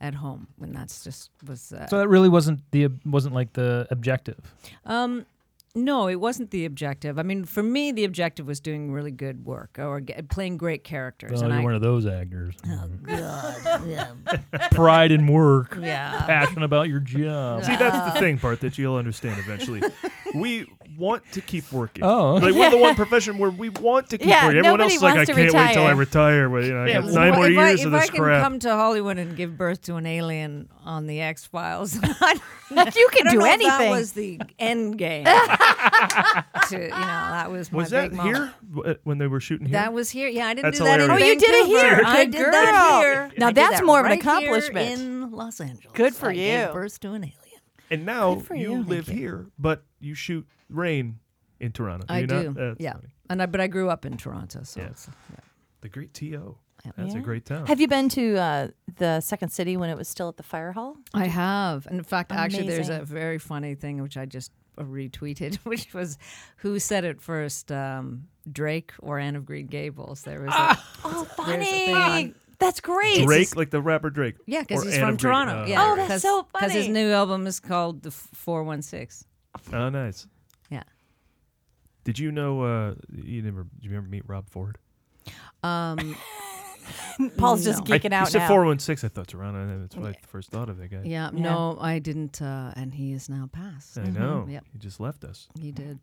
at home and that's just was uh,
so? That really wasn't the wasn't like the objective.
Um, no, it wasn't the objective. I mean, for me, the objective was doing really good work or ge- playing great characters.
Oh,
and
you're
I, Oh,
one of those actors. Mm.
God, yeah.
Pride in work.
Yeah.
Passion about your job.
See, that's the thing, Bart, that you'll understand eventually. We want to keep working.
Oh,
like
okay.
we're the one profession where we want to keep
Yeah,
working. Everyone else
nobody
is like, I
wants
can't
to
wait till I
retire."
retire. Well, you know, I
Yeah,
got nine
well,
more
if
years
I,
of
if
this
I can
crap.
come to Hollywood and give birth to an alien on the X Files, you
can do
That
anything.
was the end game. to, you know, that was my
was that
big moment.
here W- uh, when they were shooting here?
That was here. Yeah, I didn't
That's
do that
hilarious.
in
Oh, you did it
Vancouver.
here.
I
Good
did that
girl.
here.
Now
I did
that's
that
more of an
right here
accomplishment.
in Los Angeles.
Good for
I gave
you.
birth to an alien.
and now
Good for
you,
you.
live here, but you shoot rain in Toronto.
I
you
do.
Not? That's
yeah,
funny.
and I but I grew up in Toronto, so it's- yeah.
The great T.O. That's a great town.
Have you been to uh, the Second City when it was still at the fire hall?
I have. And in fact, actually, there's a
Amazing.
very funny thing which I just uh, retweeted, which was who said it first, um, Drake or Anne of Green Gables? There was a,
oh,
there's a thing
funny.
on-
That's great.
Drake, like the rapper Drake.
Yeah, because
Or
he's
Anne
from
of Green-
Toronto.
uh,
yeah,
Oh, that's so
Because his
funny.
new album is called the Four One Six.
Oh, nice.
Yeah.
Did you know? Uh, you never? Did you ever meet Rob Ford?
Um,
Paul's just
no.
geeking
I,
out
You said
now.
four one six. I thought Toronto. and That's what I first thought of that guy.
Yeah, no, I didn't, uh, and he is now passed.
I
Mhm,
know.
Yep,
He just left us.
he did.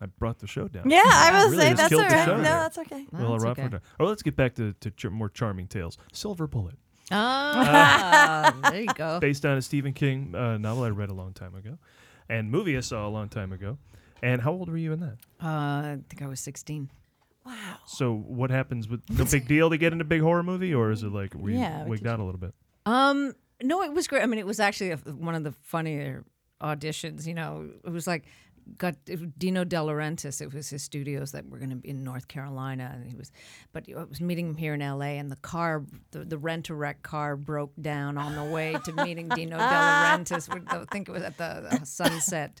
I brought the show down.
Yeah, I will
Really
say
just
that's
killed
all
the
right.
show
No,
there.
that's okay.
No,
Well,
that's
Rob
okay.
Ford- Oh, let's get back to, to ch- more charming tales. Silver Bullet.
Ah, there you go.
based on a Stephen King uh, novel I read a long time ago, and movie I saw a long time ago. And how old were you in that?
Uh, I think I was 16.
So what happens with no big deal to get into big horror movie, or is it like we
Yeah, we
wigged out a little bit?
Um, no, it was great. I mean, it was actually a, one of the funnier auditions. You know, it was like got Dino De Laurentiis. It was his studios that were going to be in North Carolina, and he was, but I was meeting him here in L.A. And the car, the, the rent a wreck car, broke down on the way to meeting Dino De Laurentiis. We- I think it was at the, the Sunset.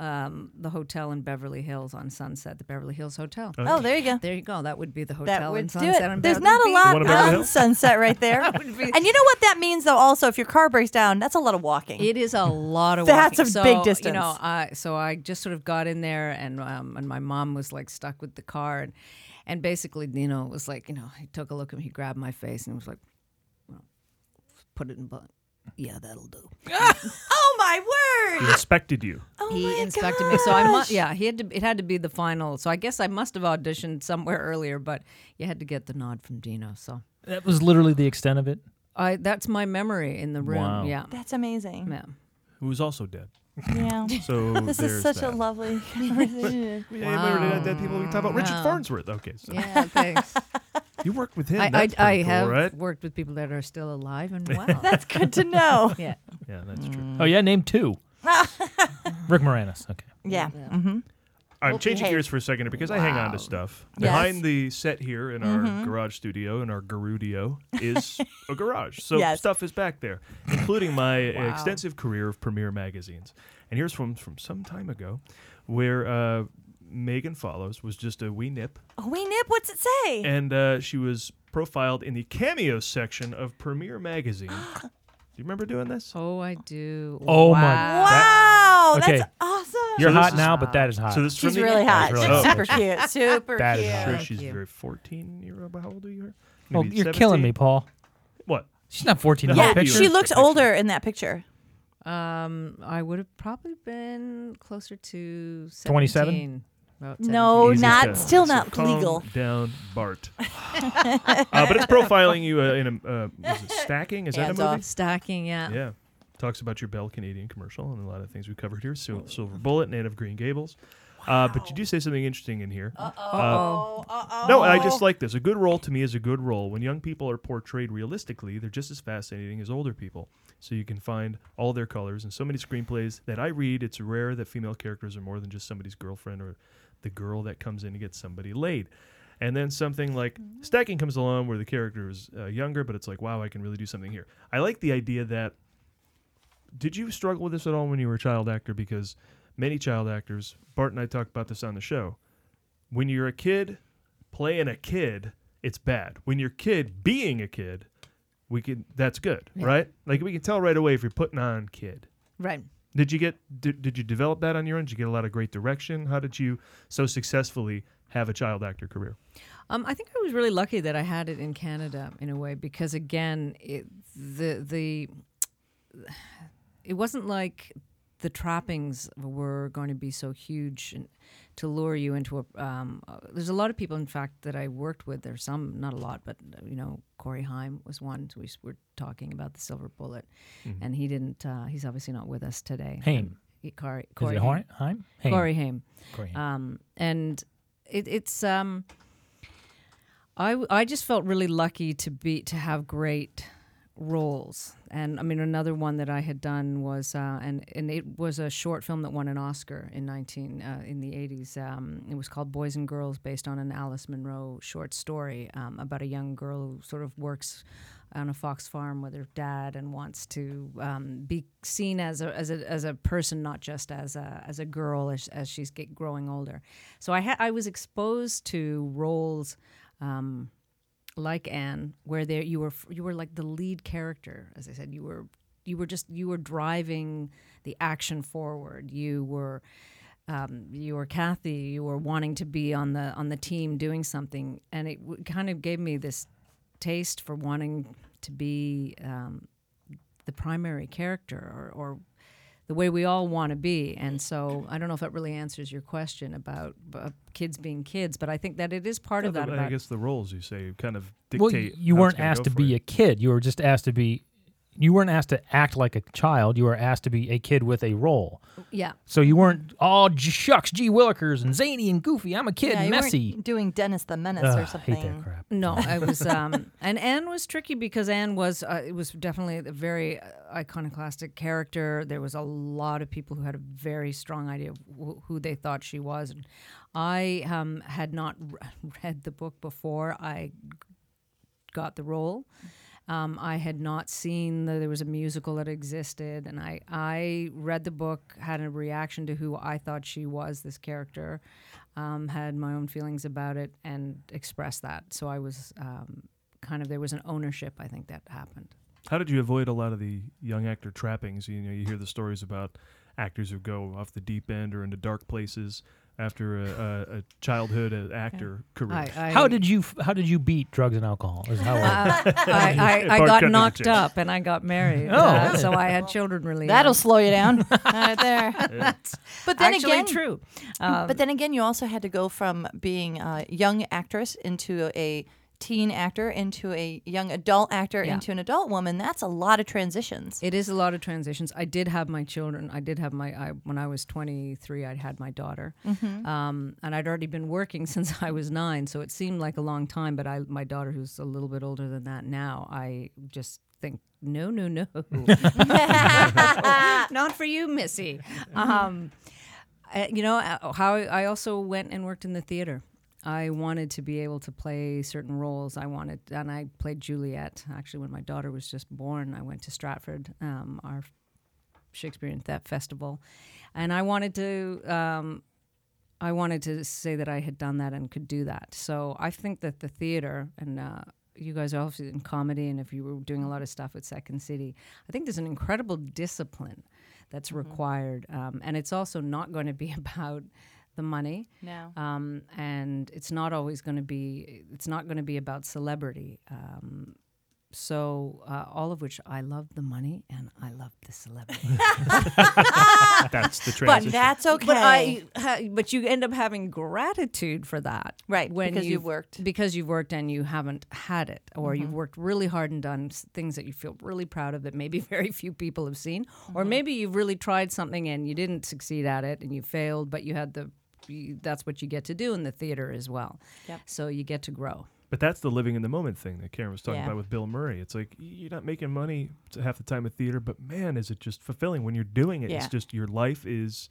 Um, the hotel in Beverly Hills on Sunset, the Beverly Hills Hotel.
Oh, yeah. there you go.
There you go. That would be the hotel
That
in
would do
Sunset. on
it. There's
Beverly
not a
Beach.
lot on Sunset right there.
That
and
would be-
you know what that means, though. Also, if your car breaks down, that's a lot of walking.
It is a lot of
That's
walking.
a
So,
big distance.
You know, I, so I just sort of got in there, and um, and my mom was like stuck with the car, and and basically, you know, it was like you know, he took a look and he grabbed my face and was like, well, put it in, but yeah, that'll do.
oh my
He
word!
inspected you.
he inspected me, so I
Oh gosh.
must. Yeah, he had to. It had to be the final. So I guess I must have auditioned somewhere earlier, but you had to get the nod from Dino. So
That was literally the extent of it.
I that's my memory in the room.
Wow.
Yeah.
That's amazing.
Yeah.
Who was also dead.
Yeah.
So
this is
there's
such a
that.
lovely conversation.
Yeah, remember the dead people we talked about? Richard
Wow.
Farnsworth. Okay, so
Yeah, thanks.
you worked with him.
I,
That's
I, I
pretty cool,
have
right?
worked with people that are still alive and well.
That's good to know.
yeah.
Yeah, that's
Mm.
true.
Mm.
Oh yeah, name two. Rick Moranis. Okay.
Yeah. Mm-hmm.
I'm
We'll
changing
behave.
gears for a second because I hang on to
Wow.
stuff.
Yes.
Behind the set here in
Mhm.
our garage studio, in our garudio, is a garage. So
Yes.
stuff is back there, including my extensive career of Premiere magazines. And here's from from some time ago, where uh, Megan Follows was just a wee nip,
Oh, we nip. What's it say?
and uh, she was profiled in the cameo section of Premiere magazine. Do you remember doing this?
Oh, I do.
Oh, my-
wow.
wow,
Okay.
that's awesome.
You're
So this
hot
is-
now, but that is hot.
So this is from
She's
the- Oh,
really hot.
really
She's
hot.
super cute. Super
That is
cute.
hot.
I'm sure
Thank
she's
you.
very 14 year old. How old are you?
Well,
Maybe
Oh, you're killing
17?
me, Paul.
What?
She's not 14 in
Yeah,
that
she
picture.
She looks older in that picture.
Um, I would have probably been closer to
27?
17.
No,
Easy
Oh, not
stuff.
still
So
not
calm
legal.
Down, Bart. uh, but it's profiling you uh, in a uh, is it stacking? Is that a
Hands
movie?
off. Stacking, yeah.
Yeah. Talks about your Bell Canadian commercial and a lot of things we covered here.
Oh.
So, Silver Bullet, Native Green Gables. Uh, but you do say something interesting in here. Uh,
Uh-oh. Uh-oh.
No,
Oh.
I just like this. A good role to me is a good role. When young people are portrayed realistically, they're just as fascinating as older people. So you can find all their colors in so many screenplays that I read. It's rare that female characters are more than just somebody's girlfriend or the girl that comes in to get somebody laid. And then something like stacking comes along where the character is uh, younger, but it's like, wow, I can really do something here. I like the idea that did you struggle with this at all when you were a child actor? Because many child actors, Bart and I talked about this on the show. When you're a kid playing a kid, it's bad. When you're a kid being a kid, we can that's good,
Yeah.
right? Like we can tell right away if you're putting on kid.
Right.
Did you get did, did you develop that on your own? Did you get a lot of great direction? How did you so successfully have a child actor career?
Um, I think I was really lucky that I had it in Canada in a way because again, it, the the it wasn't like the trappings were going to be so huge and to lure you into a. Um, uh, there's a lot of people, in fact, that I worked with. There's some, not a lot, but uh, you know, Corey Heim was one. We s- were talking about the silver bullet,
Mhm.
and he didn't. Uh, he's obviously not with us today.
Haim.
He- Corey,
it
Corey
Hoi- Heim? Haim.
Corey Haim.
Corey Haim.
Um, and it, it's. Um, I, w- I just felt really lucky to be to have great roles and i mean another one that i had done was uh, and and it was a short film that won an oscar in 19 uh, in the 80s um, it was called boys and girls based on an alice munro short story um, about a young girl who sort of works on a fox farm with her dad and wants to um, be seen as a, as a as a person not just as a as a girl as, as she's get growing older so i ha- i was exposed to roles um, like Anne, where there you were f- you were like the lead character. As I said, you were you were just you were driving the action forward. You were um, you were Kathy. You were wanting to be on the on the team doing something, and it w- kind of gave me this taste for wanting to be um, the primary character or. or the way we all want to be. And so I don't know if that really answers your question about uh, kids being kids, but I think that it is part of
Other-
that.
I
about
guess the roles you say kind of dictate.
Well, y- you
how it's
weren't
gonna
asked
go
to
for
be
you.
a kid. You were just asked to be. You weren't asked to act like a child. You were asked to be a kid with a role.
Yeah.
So you weren't all "Gee, shucks, gee willikers, and zany and goofy. I'm a kid,
Yeah, you weren't
messy.
doing Dennis the Menace
Ugh, I
or
hate
something.
that crap.
No, I was, um, and Anne was tricky because Anne was uh, it was definitely a very uh, iconoclastic character. There was a lot of people who had a very strong idea of wh- who they thought she was. And I um, had not r- read the book before I got the role. Um, I had not seen that there was a musical that existed, and I I read the book, had a reaction to who I thought she was, this character, um, had my own feelings about it, and expressed that. So I was um, kind of there was an ownership I think that happened.
How did you avoid a lot of the young actor trappings? You know, you hear the stories about actors who go off the deep end or into dark places after a, a, a childhood uh, actor career.
I-
how did you? f- How did you beat drugs and alcohol? Is how I-
Uh, I, I, I
Bart cut
got
to the
knocked
chase.
up and I got married.
Oh.
uh, so I had children really.
That'll
young.
slow you down right there.
That's
But then
actually
again,
true. Um,
but then again, you also had to go from being a young actress into a teen actor into a young adult actor
Yeah.
into an adult woman. That's a lot of transitions.
It is a lot of transitions. I did have my children. I did have my I, when I was 23. I'd had my daughter,
Mhm.
um, and I'd already been working since I was nine. So it seemed like a long time. But I, my daughter, who's a little bit older than that now, I just think no, no, no, not for you, Missy. Um, I- you know uh, how I also went and worked in the theater. I wanted to be able to play certain roles. I wanted, and I played Juliet. Actually, when my daughter was just born, I went to Stratford, um, our Shakespeare and That Festival, and I wanted to. Um, I wanted to say that I had done that and could do that. So I think that the theater and uh, you guys are obviously in comedy, and if you were doing a lot of stuff at Second City, I think there's an incredible discipline that's required, um, and it's also not going to be about the money.
No.
Um, and it's not always going to be. It's not going to be about celebrity. Um, so uh, all of which I love the money and I love the celebrity.
That's the transition.
But, I, ha- but you end up having gratitude for that,
Right,
When
because you've
you've-
worked.
because you've worked and you haven't had it, or
Mhm.
you've worked really hard and done s- things that you feel really proud of that maybe very few people have seen, or
Mhm.
maybe you've really tried something and you didn't succeed at it and you failed, but you had the you, that's what you get to do in the theater as well.
Yep.
So you get to grow.
But that's the living in the moment thing that Karen was talking
Yeah.
about with Bill Murray. It's like you're not making money to half the time in theater, but man, is it just fulfilling when you're doing it?
Yeah.
It's just your life is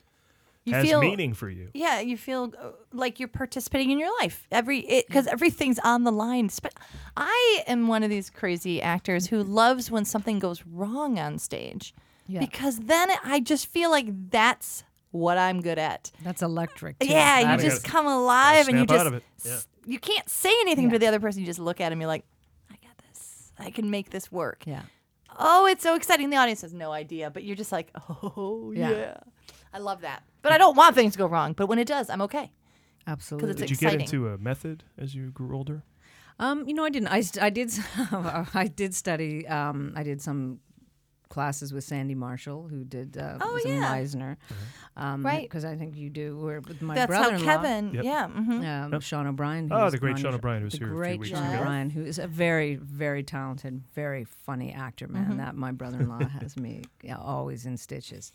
You
has
feel-
meaning for you.
Yeah, you feel uh, like you're participating in your life every because everything's on the line. But I am one of these crazy actors who loves when something goes wrong on stage because then I just feel like that's what I'm good at.
That's electric. too.
Yeah,
That
you
is-
just come alive and you
snap
just
out of it.
s- you can't say anything to the other person. You just look at him. You're like, I got this. I can make this work.
Yeah.
Oh, it's so exciting. The audience has no idea, but you're just like, oh
Yeah.
yeah. I love that. But I don't want things to go wrong. But when it does, I'm okay.
Absolutely.
Because
Did
it's
you
exciting.
get into a method as you grew older?
Um, you know, I didn't. I, st- I did. s- I did study. Um, I did some classes with Sandy Marshall, who did uh,
Oh,
some
yeah. Uh-huh.
Meisner. Um,
Right.
Because I think you do. Or with my
That's how
brother-in-law,
Kevin- Yep. yeah, mhm.
Um, Sean O'Brien.
Oh,
who's
the great
gone-
Sean O'Brien, who's
the
here a few
Great
weeks
Sean
ago.
O'Brien, who is a very, very talented, very funny actor. Man,
Mhm.
that my brother-in-law has me yeah, always in stitches.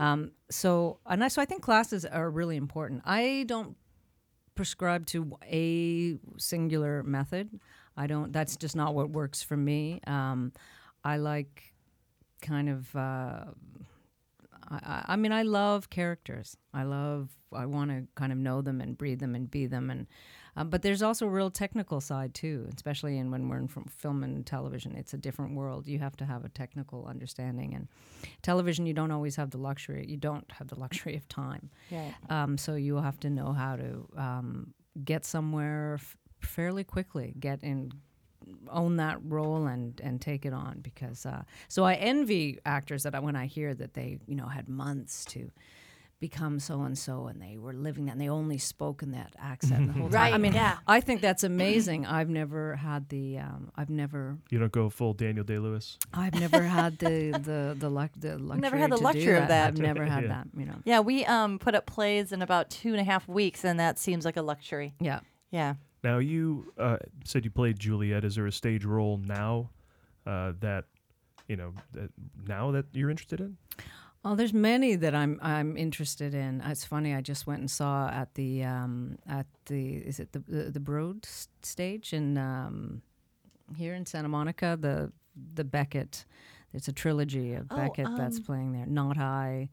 Um, so, and I, so I think classes are really important. I don't prescribe to a singular method. I don't. That's just not what works for me. Um, I like kind of. Uh, I- I, I mean, I love characters. I love. I want to kind of know them and breathe them and be them. And um, but there's also a real technical side too, especially in when we're in from film and television. It's a different world. You have to have a technical understanding. And television, you don't always have the luxury. You don't have the luxury of time.
Right.
Um, so you will have to know how to um, get somewhere f- fairly quickly. Get in, own that role and and take it on because. Uh, so I envy actors that I, when I hear that they you know had months to become so and so and they were living that and they only spoke in that accent the whole time. I
Right,
mean,
yeah.
I think that's amazing. I've never had the. Um, I've never.
You don't go full Daniel Day Lewis.
I've never had the the the luck the luxury.
Never had the
to do
luxury of that.
I've never had
Yeah.
that. You know.
Yeah, we um put up plays in about two and a half weeks, and that seems like a luxury.
Yeah.
Yeah.
Now you uh, said you played Juliet. Is there a stage role now uh, that you know that now that you're interested in?
Oh, there's many that I'm I'm interested in. Uh, It's funny. I just went and saw at the um, at the is it the the, the Broad s- stage in um, here in Santa Monica the the Beckett. It's a trilogy of
Oh,
Beckett that's
um,
playing there. Not I.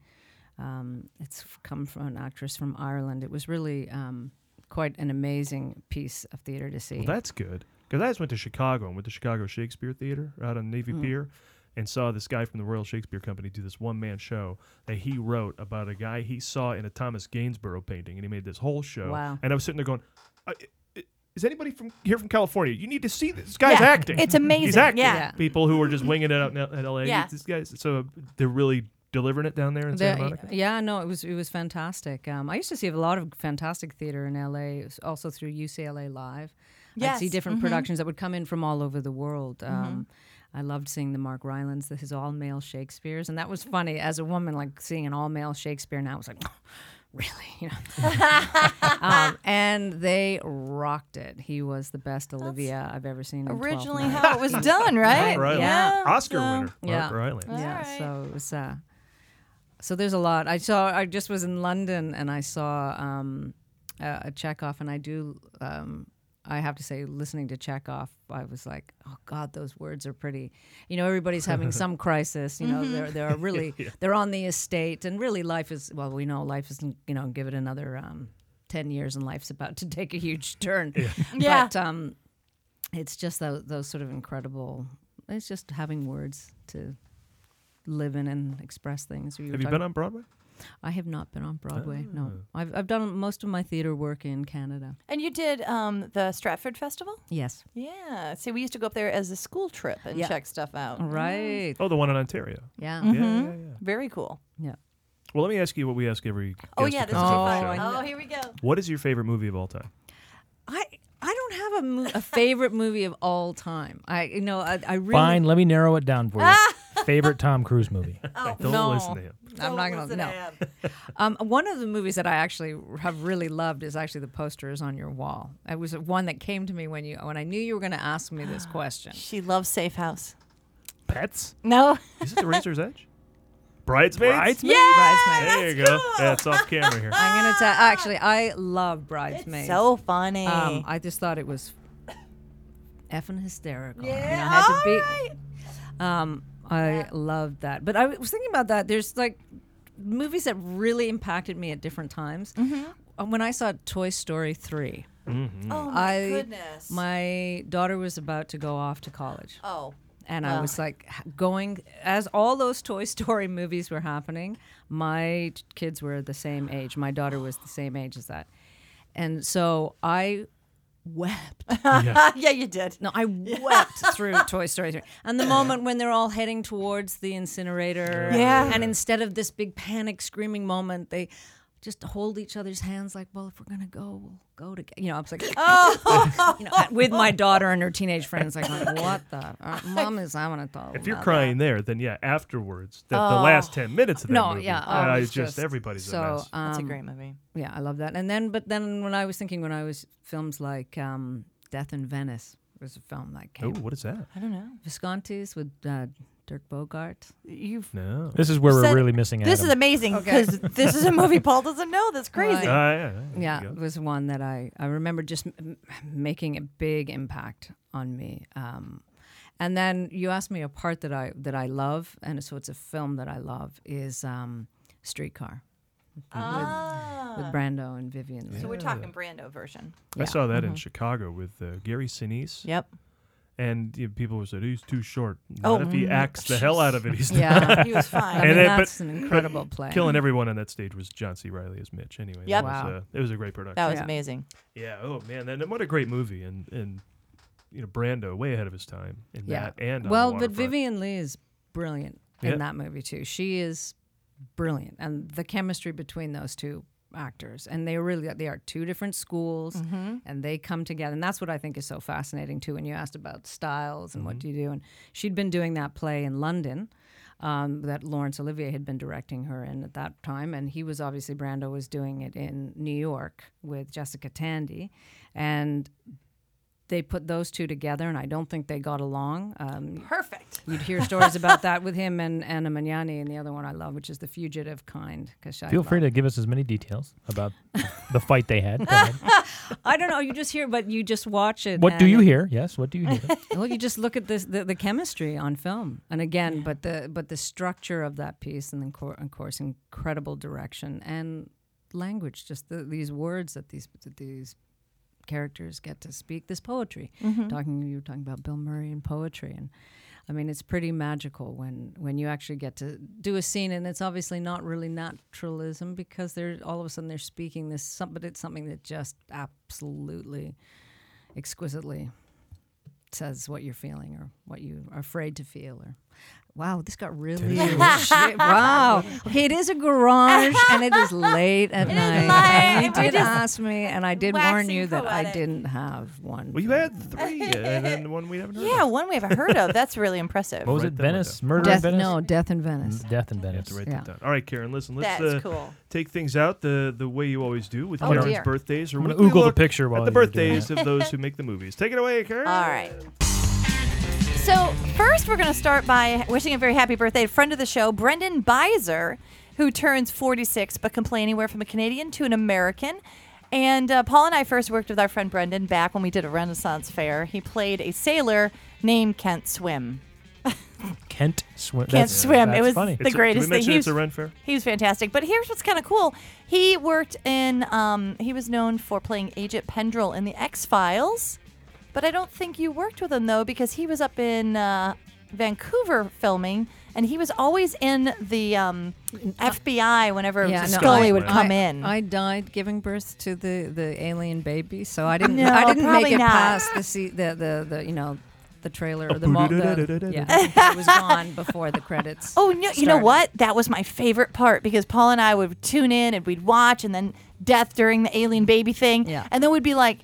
Um, it's f- come from an actress from Ireland. It was really um, quite an amazing piece of theater to see.
Well, that's good because I just went to Chicago and went to Chicago Shakespeare Theater out on Navy
Mm.
Pier and saw this guy from the Royal Shakespeare Company do this one man show that he wrote about a guy he saw in a Thomas Gainsborough painting and he made this whole show.
Wow.
And I was sitting there going, I, I- "Is anybody from here from California? You need to see this, this guy's
Yeah,
acting.
it's
He's
amazing,
acting.
yeah.
People who are just winging it out in L- in L.A.
Yeah.
This guy's so uh, they're really delivering it down there in Santa
The-
Monica.
Yeah, no, it was it was fantastic. Um, I used to see a lot of fantastic theater in LA, s- also through UCLA Live. I'd see
Yes, Mm-hmm.
different
mhm.
productions that would come in from all over the world. Um, I loved seeing the Mark Rylance, the, his all male Shakespeare's, and that was funny as a woman, like seeing an all male Shakespeare. Now I was like, "Oh, really, you know. um, and they rocked it. He was the best Olivia I've ever seen. in 12
originally
Nights.
how it was done, right?
Right,
Mark Rylance.
Yeah,
Oscar
so-
winner, Mark
yeah.
Rylance.
Yeah, so it was. Uh, so there's a lot. I saw. I just was in London and I saw um, a, a Chekhov, and I do. Um, I have to say, listening to Chekhov, I was like, "Oh God, those words are pretty." You know, everybody's having some crisis. You know,
Mhm.
they're they're really
Yeah.
they're on the estate, and really life is. Well, we know life isn't. You know, give it another um, ten years, and life's about to take a huge turn. Yeah.
Yeah.
But um, it's just those, those sort of incredible. It's just having words to live in and express things. were
Have you
talking-
been on Ah. Broadway?
I have not been on Broadway. No, I've I've done most of my theater work in Canada.
And you did um the Stratford Festival.
Yes.
Yeah. See, we used to go up there as a school trip and
Yeah.
check stuff out.
Right.
Oh, the one in Ontario.
Yeah. Mm-hmm.
Yeah,
Mhm.
yeah,
Very cool.
Yeah.
Well, let me ask you what we ask every.
Oh
guest
yeah,
who
this is
comes on the
fun.
show.
Oh, here we go.
What is your favorite movie of all time?
I I don't have a, mo- a favorite movie of all time. I you know I, I really
Fine, let me narrow it down for you. favorite Tom Cruise movie.
Oh,
Don't
no.
listen to him.
I'm
Don't
not going
listen to him.
no. um, one of the movies that I actually have really loved is actually the poster is on your wall. It was one that came to me when you when I knew you were going to ask me this question.
She loves Safe House.
Pets?
No.
Is it the Razor's Edge? Bridesmaids?
Bridesmaids?
Bridesmaids.
There you go. Yeah, it's off camera here.
I'm going to tell. Actually, I love Bridesmaids.
Ah. so funny.
Um, I just thought it was effing hysterical. You know,
Yeah,
had to be- Um, I loved that. But I was thinking about that. There's like movies that really impacted me at different times.
Mm-hmm.
Uh, When I saw Toy Story 3.
Oh, my
I-
goodness.
My daughter was about to go off to college.
Oh.
And I
Well.
was like h- going as all those Toy Story movies were happening. My t- kids were the same age. My daughter was the same age as that, and so I wept.
Yeah, you did.
No, I wept through Toy Story 3. And the moment when they're all heading towards the incinerator.
Yeah.
And instead of this big panic screaming moment, they just hold each other's hands like, well, if we're going to go, we'll go together. You know, I was like, oh, you know, with my daughter and her teenage friends, like, what the? Uh, Mom is, I want to talk.
If you're
about
crying there, then yeah, afterwards, the, the
Oh.
last 10 minutes of that
no,
movie,
yeah, oh,
uh,
it was
it's just, everybody's
so,
a mess.
That's a
um,
great movie.
Yeah, I love that. And then, but then when I was thinking, when I was films like um, Death in Venice was a film that
Oh,
came.
what is that?
I don't know.
Visconti's with uh, Dirk Bogart.
You've
No. Uh,
This is where we're
Said-
really missing out.
This is amazing
Okay.
because this is a movie Paul doesn't know. That's crazy.
yeah, it was one that I, I remember just m- making a big impact on me. Um, and then you asked me a part that I that I love, and so it's a film that I love is um, Streetcar
Ah.
with, with Brando and Vivian. Leigh.
So we're talking Brando version.
I
Yeah.
saw that in
Mhm.
Chicago with uh, Gary Sinise.
Yep.
And you know, people said he's too short.
Oh,
Not if he
mm,
acts the hell out of it. He's
Yeah,
Um,
not.
he was fine. I mean,
then-
that's an incredible play.
Killing everyone on that stage was John C. Riley as Mitch. Anyway,
Yep.
that was,
Wow.
uh, it was a great production.
That was amazing.
Yeah. Oh man, and what a great movie, and and you know Brando way ahead of his time in
Yeah.
that. And on the
well, but
waterfront.
Vivian Lee is brilliant
Yeah.
in that movie too. She is brilliant, and the chemistry between those two actors, and they really they are two different schools,
Mm-hmm.
Mhm.
and they come together, and that's what I think is so fascinating too. When you asked about styles and what
Mm-hmm.
Mhm.
do you do, and she'd been doing that play in London. Um, that Laurence Olivier had been directing her in at that time, and he was obviously Brando was doing it in New York with Jessica Tandy, and they put those two together, and I don't think they got along. Um,
Perfect.
You'd hear stories about that with him and Anna Magnani, and the other one I love, which is the fugitive kind. 'cause I
Feel free
love-
to give us as many details about the fight they had. Go ahead.
I don't know. You just hear, but you just watch it.
What do
and
you
it-
hear? Yes, what do you hear?
well, you just look at this, the, the chemistry on film, and again, but the but the structure of that piece, and then cour of course, incredible direction and language. Just the, these words that these that these characters get to speak. This poetry,
Mhm.
talking you were talking about Bill Murray and poetry, and I mean, it's pretty magical when when you actually get to do a scene, and it's obviously not really naturalism because they're all of a sudden they're speaking this, some- but it's something that just absolutely exquisitely says what you're feeling or what you are afraid to feel or wow this got really shit. wow okay it is a garage and it is late at night and you
late. We
did
just-
ask me and i did warn you that i didn't have one
Well, you had three, and then one we haven't heard.
Yeah, one we haven't heard of. That's really impressive.
What was it? Venice? Murder
death,
in Venice?
no death in venice
Mm, Death in Venice.
To write
Yeah.
that down. All right, Karen. Listen, let's
That's
uh,
cool.
take things out the the way you always do with
Oh,
Karen's
dear.
birthdays, or
I'm
when
gonna
we
Google the
look
picture while
at the
you're doing
birthdays
that.
of those who make the movies. Take it away, Karen.
All right. So, first, we're going to start by wishing a very happy birthday to friend of the show, Brendan Beiser, who turns 46 but can play anywhere from a Canadian to an American. And uh, Paul and I first worked with our friend Brendan back when we did a Renaissance fair. He played a sailor named Kent Swim.
Kent swim.
Can't swim. it was the
It's a-
greatest
did
thing.
we mention
He
it's a
was-
Ren Fair?
He was fantastic. But here's what's kind of cool. He worked in. Um, he was known for playing Agent Pendrell in the X Files, but I don't think you worked with him though because he was up in uh, Vancouver filming, and he was always in the um,
Uh,
FBI whenever Scully would come in.
I died giving birth to the, the alien baby, so I didn't.
No,
I didn't make
probably
it
not.
past the, se- the the the you know the trailer or the, mo- the yeah. it was gone before the credits.
Oh no! You know
started.
what? That was my favorite part because Paul and I would tune in and we'd watch, and then death during the alien baby thing, yeah. and then we'd be like,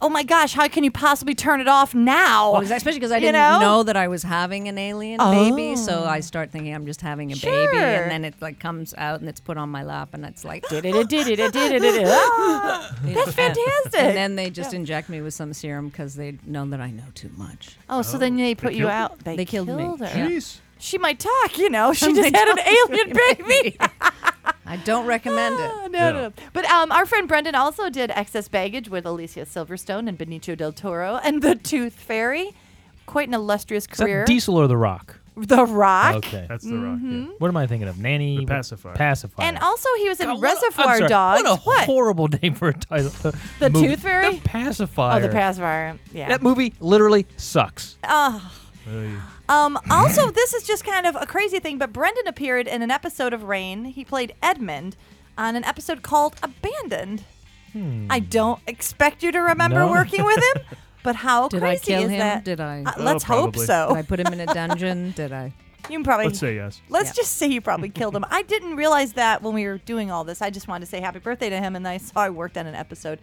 oh my gosh, how can you possibly turn it off now?
Well, especially because I
You
didn't
know? Oh.
know? that I was having an alien baby, so I start thinking I'm just having a baby,
Sure.
and then it like comes out and it's put on my lap, and it's like
That's Oh, fantastic.
And then they just inject me with some serum because they know that I know too much.
Oh, so then they put you out.
They, killed, me.
her.
Yeah.
She might talk, you know. She
I
just
might
had an
talk.
alien baby.
I don't recommend it.
no, no, no. But um, our friend Brendan also did Excess Baggage with Alicia Silverstone and Benicio del Toro and The Tooth Fairy. Quite an illustrious
Is that
career.
Diesel or The Rock?
the Rock.
Okay.
That's The Rock.
What am I thinking of? Nanny. The pacifier. Pacifier. Oh,
And also, he was in
I'm
Reservoir
sorry,
Dogs.
What a horrible name for a title.
The
movie.
Tooth Fairy?
Pacifier.
Oh, the pacifier. Yeah.
That movie literally sucks.
Oh. Um, also, this is just kind of a crazy thing, but Brendan appeared in an episode of Rain. He played Edmund on an episode called Abandoned. I don't expect you to remember
No.
working with him, but how
Did I
crazy
kill
is
him?
that?
Did I?
Uh, let's
Oh,
hope so.
Did I put him in a dungeon? Did I?
You can probably
Let's say yes.
Let's just say you probably killed him. I didn't realize that when we were doing all this. I just wanted to say happy birthday to him, and I saw I worked on an episode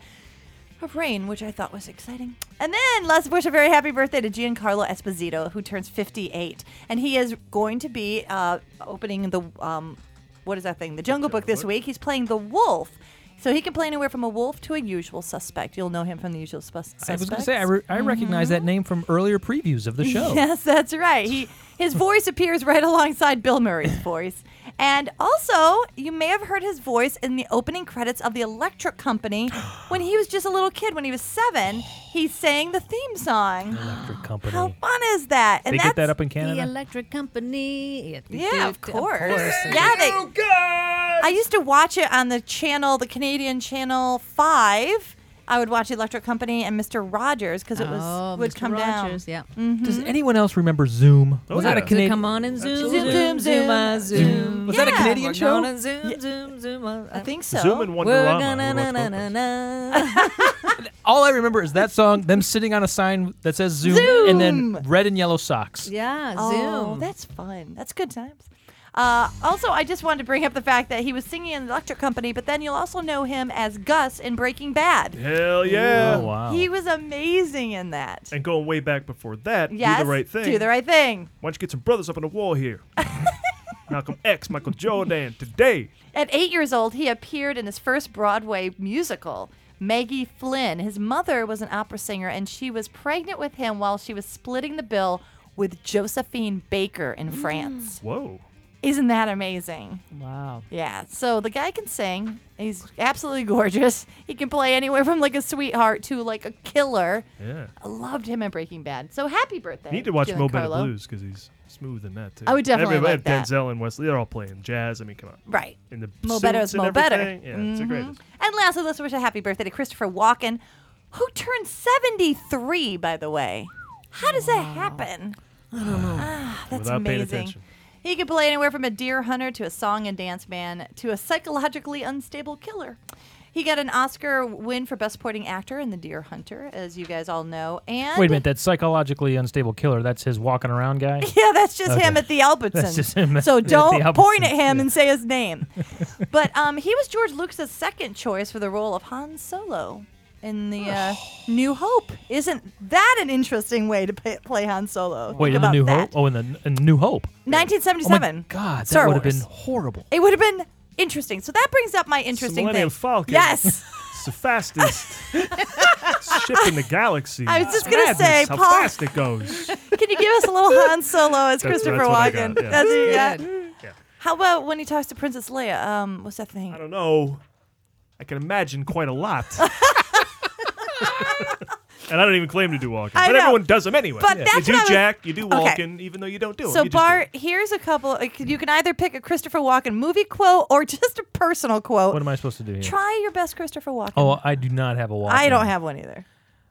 of Rain, which I thought was exciting. And then let's wish a very happy birthday to Giancarlo Esposito, who turns 58, and he is going to be uh, opening the um, what is that thing? The Jungle, Book this week. He's playing the wolf. So he can play anywhere from a wolf to a usual suspect. You'll know him from the usual sus- suspect.
I was going to say, I, re- I
Mm-hmm.
recognize that name from earlier previews of the show.
Yes, that's right. He his voice appears right alongside Bill Murray's voice. And also, you may have heard his voice in the opening credits of The Electric Company when he was just a little kid, when he was seven. He sang the theme song.
Electric Company.
How fun is that?
They get that
that's-
up in
The
Canada?
Electric Company.
Yeah, of course. Yeah, they. I used to watch it on the channel, the Canadian channel five. I would watch The Electric Company and Mr. Rogers because it was
Oh,
would
Mr.
come
Rogers,
down.
yeah.
Mhm.
Does anyone else remember Zoom?
Oh,
was that
yeah.
a
To
Canadian?
Mm-hmm. come on and zoom,
Zoom,
zoom,
zoom,
zoom,
zoom.
zoom, ah, zoom.
Was that a
Yeah.
Canadian
We're
show?
gonna zoom, zoom, zoom. ah,
I think so.
Zoom and
We're
Wonderama.
gonna
We're
na
both
na na na.
All I remember is that song, them sitting on a sign that says Zoom, and then red and yellow socks.
Yeah,
Oh,
Zoom.
that's fun. That's good times. Uh, also, I just wanted to bring up the fact that he was singing in the Electric Company, but then you'll also know him as Gus in Breaking Bad.
Hell yeah.
Oh, wow.
He was amazing in that.
And going way back before that,
Yes,
do the right thing.
Do the right thing.
Why don't you get some brothers up on the wall here? Malcolm X, Michael Jordan, today.
At eight years old, he appeared in his first Broadway musical, Maggie Flynn. His mother was an opera singer, and she was pregnant with him while she was splitting the bill with Josephine Baker in France.
Whoa.
Isn't that amazing?
Wow.
Yeah, so the guy can sing. He's absolutely gorgeous. He can play anywhere from like a sweetheart to like a killer.
Yeah.
I loved him in Breaking Bad. So happy birthday.
Need to watch Mo Bennett
Giancarlo.
Blues because he's smooth in that too.
I would definitely
Everybody,
like that.
Denzel and Wesley, they're all playing jazz. I mean, come on.
Right.
In the
Mo
suits
Better is
and
Mo Better.
everything. Yeah, it's the
Mhm.
greatest.
And lastly, let's wish a happy birthday to Christopher Walken, who turned 73, by the way. How does that happen? I don't know. Ah, that's
Without paying
amazing.
attention.
He could play anywhere from a deer hunter to a song and dance man to a psychologically unstable killer. He got an Oscar win for Best Supporting Actor in The Deer Hunter, as you guys all know. And
Wait a minute, that psychologically unstable killer, that's his walking around guy?
Yeah, that's just him
Okay.
at the Albertsons.
That's just him at-
so
at the
don't point
Albertsons,
at him and say his name. but um, he was George Lucas's second choice for the role of Han Solo in the uh, New Hope. Isn't that an interesting way to pay, play Han Solo?
Wait,
Think
in the
about
New
that.
Hope? Oh, in the in New Hope. Oh
1977.
my God,
Star
that would have
Wars.
been horrible.
It would have been interesting. So that brings up my interesting
Millennium
thing.
Falcon.
Yes.
It's the fastest ship in the galaxy.
I was just gonna
Madness,
say,
how
Paul-
fast it goes.
Can you give us a little Han Solo as
That's-
Christopher
that's what I got,
Walken?
yeah.
That's what you
That's
got. How about when he talks to Princess Leia? Um, what's that thing?
I don't know. I can imagine quite a lot. and I don't even claim to do walking,
I
but
know.
everyone does them anyway.
But that's
you do
what I was-
Jack, you do
Okay.
walking, even though you don't
Oh,
do it.
So Bart, here's a couple. like, You can either pick a Christopher Walken movie quote or just a personal quote.
What am I supposed to do here?
Try your best, Christopher Walken.
Oh, I do not have a walk.
I don't have one either.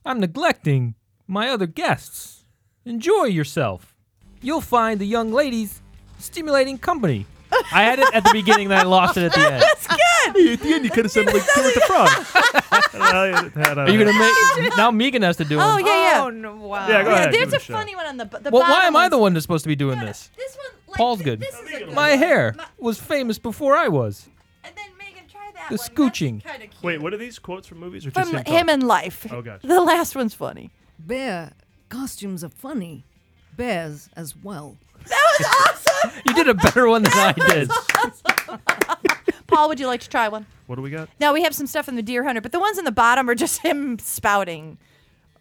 I'm neglecting my other guests. Enjoy yourself. You'll find the young ladies stimulating company. I had it at the beginning, then I lost it at the end.
That's good.
at the end, you could have said like two at the front.
Are you gonna make now? Megan has to do it.
Oh yeah, yeah. Oh
no! Wow.
Yeah, go ahead, give
there's
it
a
a shot.
funny one on the b- the
Well,
bottom
why am I
one's-
the one that's supposed to be doing this?
This one, like,
Paul's
thi-
good.
This is a good
My
one.
hair was famous before I was.
the scooching.
Wait, what are these quotes from movies or just
From
him,
him
talking?
and life.
Oh, gotcha.
The last one's funny.
Bear costumes are funny. Bears as well.
You did a better one than I did.
Paul, would you like to try one?
What do we got?
Now we have some stuff in the Deer Hunter, but the ones in the bottom are just him spouting.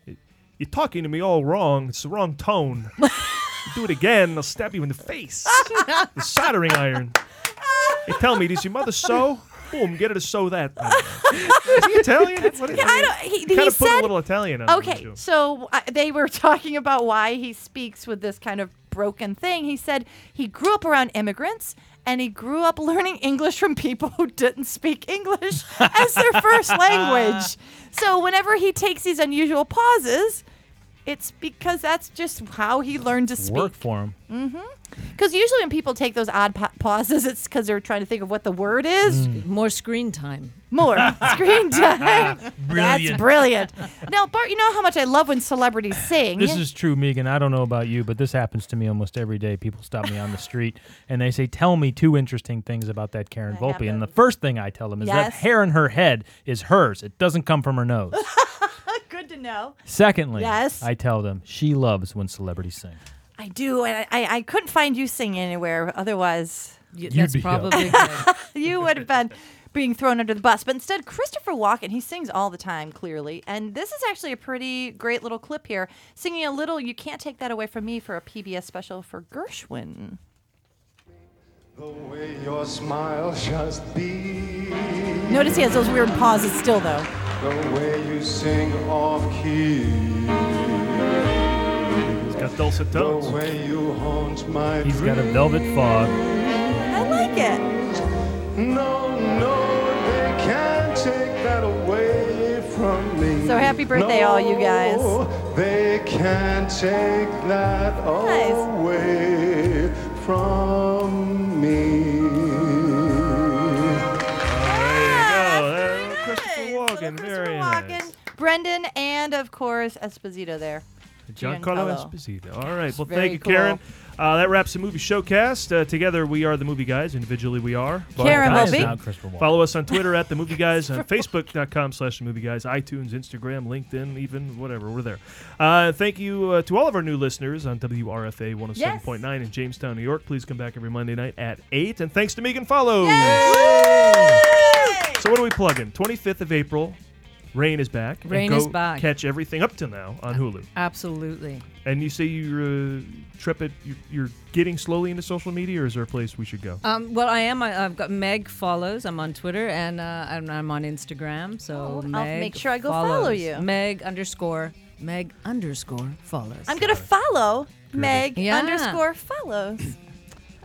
You're talking to me all wrong. It's the wrong tone. You do it again, I'll stab you in the face. the soldering iron. Hey, tell me, does your mother sew? Boom, get her to sew that. Is he Italian? What is
Yeah, I don't- he-
kind
he
of put
said-
a little Italian on
okay,
him, too.
so uh, they were talking about why he speaks with this kind of broken thing. He said he grew up around immigrants and he grew up learning English from people who didn't speak English as their first language. So whenever he takes these unusual pauses, it's because that's just how he learned to speak.
Work for him.
Because usually when people take those odd pa- pauses, it's because they're trying to think of what the word is.
Hmm.
More screen time.
More screen time. That's
Brilliant.
brilliant. Now, Bart, you know how much I love when celebrities sing.
This is true, Megan. I don't know about you, but this happens to me almost every day. People stop me on the street and they say, "Tell me two interesting things about that Karen Volpe." And the first thing I tell them is that
Yes.
hair in her head is hers. It doesn't come from her nose.
good to know.
Secondly,
Yes.
I tell them she loves when celebrities sing.
I do, and I, I, I couldn't find you singing anywhere otherwise.
You'd that's be probably
you would have been being thrown under the bus. But instead, Christopher Walken, he sings all the time, clearly. And this is actually a pretty great little clip here, singing a little You Can't Take That Away From Me for a PBS special for Gershwin.
way your smile just be.
Notice he has those weird pauses still, though.
The way you sing off key.
He's got dulcet tones.
The way you haunt my
He's got a velvet fog.
I like it.
No, no, they can't take that away from me.
So happy birthday, all you guys.
No, They can't take that away from me.
There you go. Uh, Christopher Walken. Very nice.
Walken, Brendan, and of course, Esposito there.
Giancarlo
Giancarlo.
Esposito. All right. Well,
very
thank you,
cool.
Karen. Uh, that wraps the movie showcast. Uh, together, we are the movie guys. Individually, we are.
Karen
Guys.
Bobby.
Not Christopher Walken.
Follow us on Twitter at the movie guys, on Facebook.com slash the movie guys, iTunes, Instagram, LinkedIn, even whatever. We're there. Uh, thank you uh, to all of our new listeners on WRFA 107.9 in Jamestown, New York. Please come back every Monday night at 8. And thanks to Megan Follows. So, what are we plugging? 25th of April. Rain is back. And
Rain
go
is back.
Catch everything up till now on Hulu.
Absolutely.
And you say you're uh, trepid, you're, you're getting slowly into social media, or is there a place we should go?
Um, well, I am. I, I've got Meg follows. I'm on Twitter and uh, I'm, I'm on Instagram. So
Oh, I'll
Meg
make sure I go follow
follows.
you.
Meg underscore Meg underscore follows.
I'm going to follow Meg
Yeah.
underscore follows.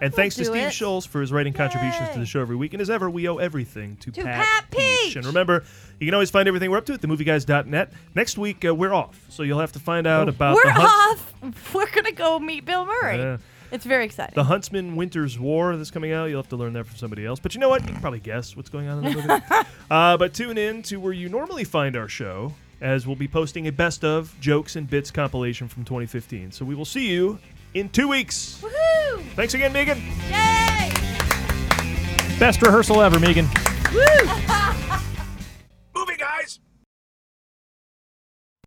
And thanks to
do
Steve
it.
Scholes for his writing contributions to the show every week. And as ever, we owe everything to,
To
Pat,
Pat Peach.
And remember, you can always find everything we're up to at themovieguys.net. Next week, uh, we're off, so you'll have to find out about
We're
the Hunts-
off. We're going to go meet Bill Murray.
Yeah.
It's very exciting.
The Huntsman Winter's War that's coming out. You'll have to learn that from somebody else. But you know what? You can probably guess what's going on in the movie. uh, but tune in to where you normally find our show, as we'll be posting a best of jokes and bits compilation from 2015. So we will see you in two weeks.
Woohoo!
Thanks again, Megan.
Best rehearsal ever, Megan.
Woo!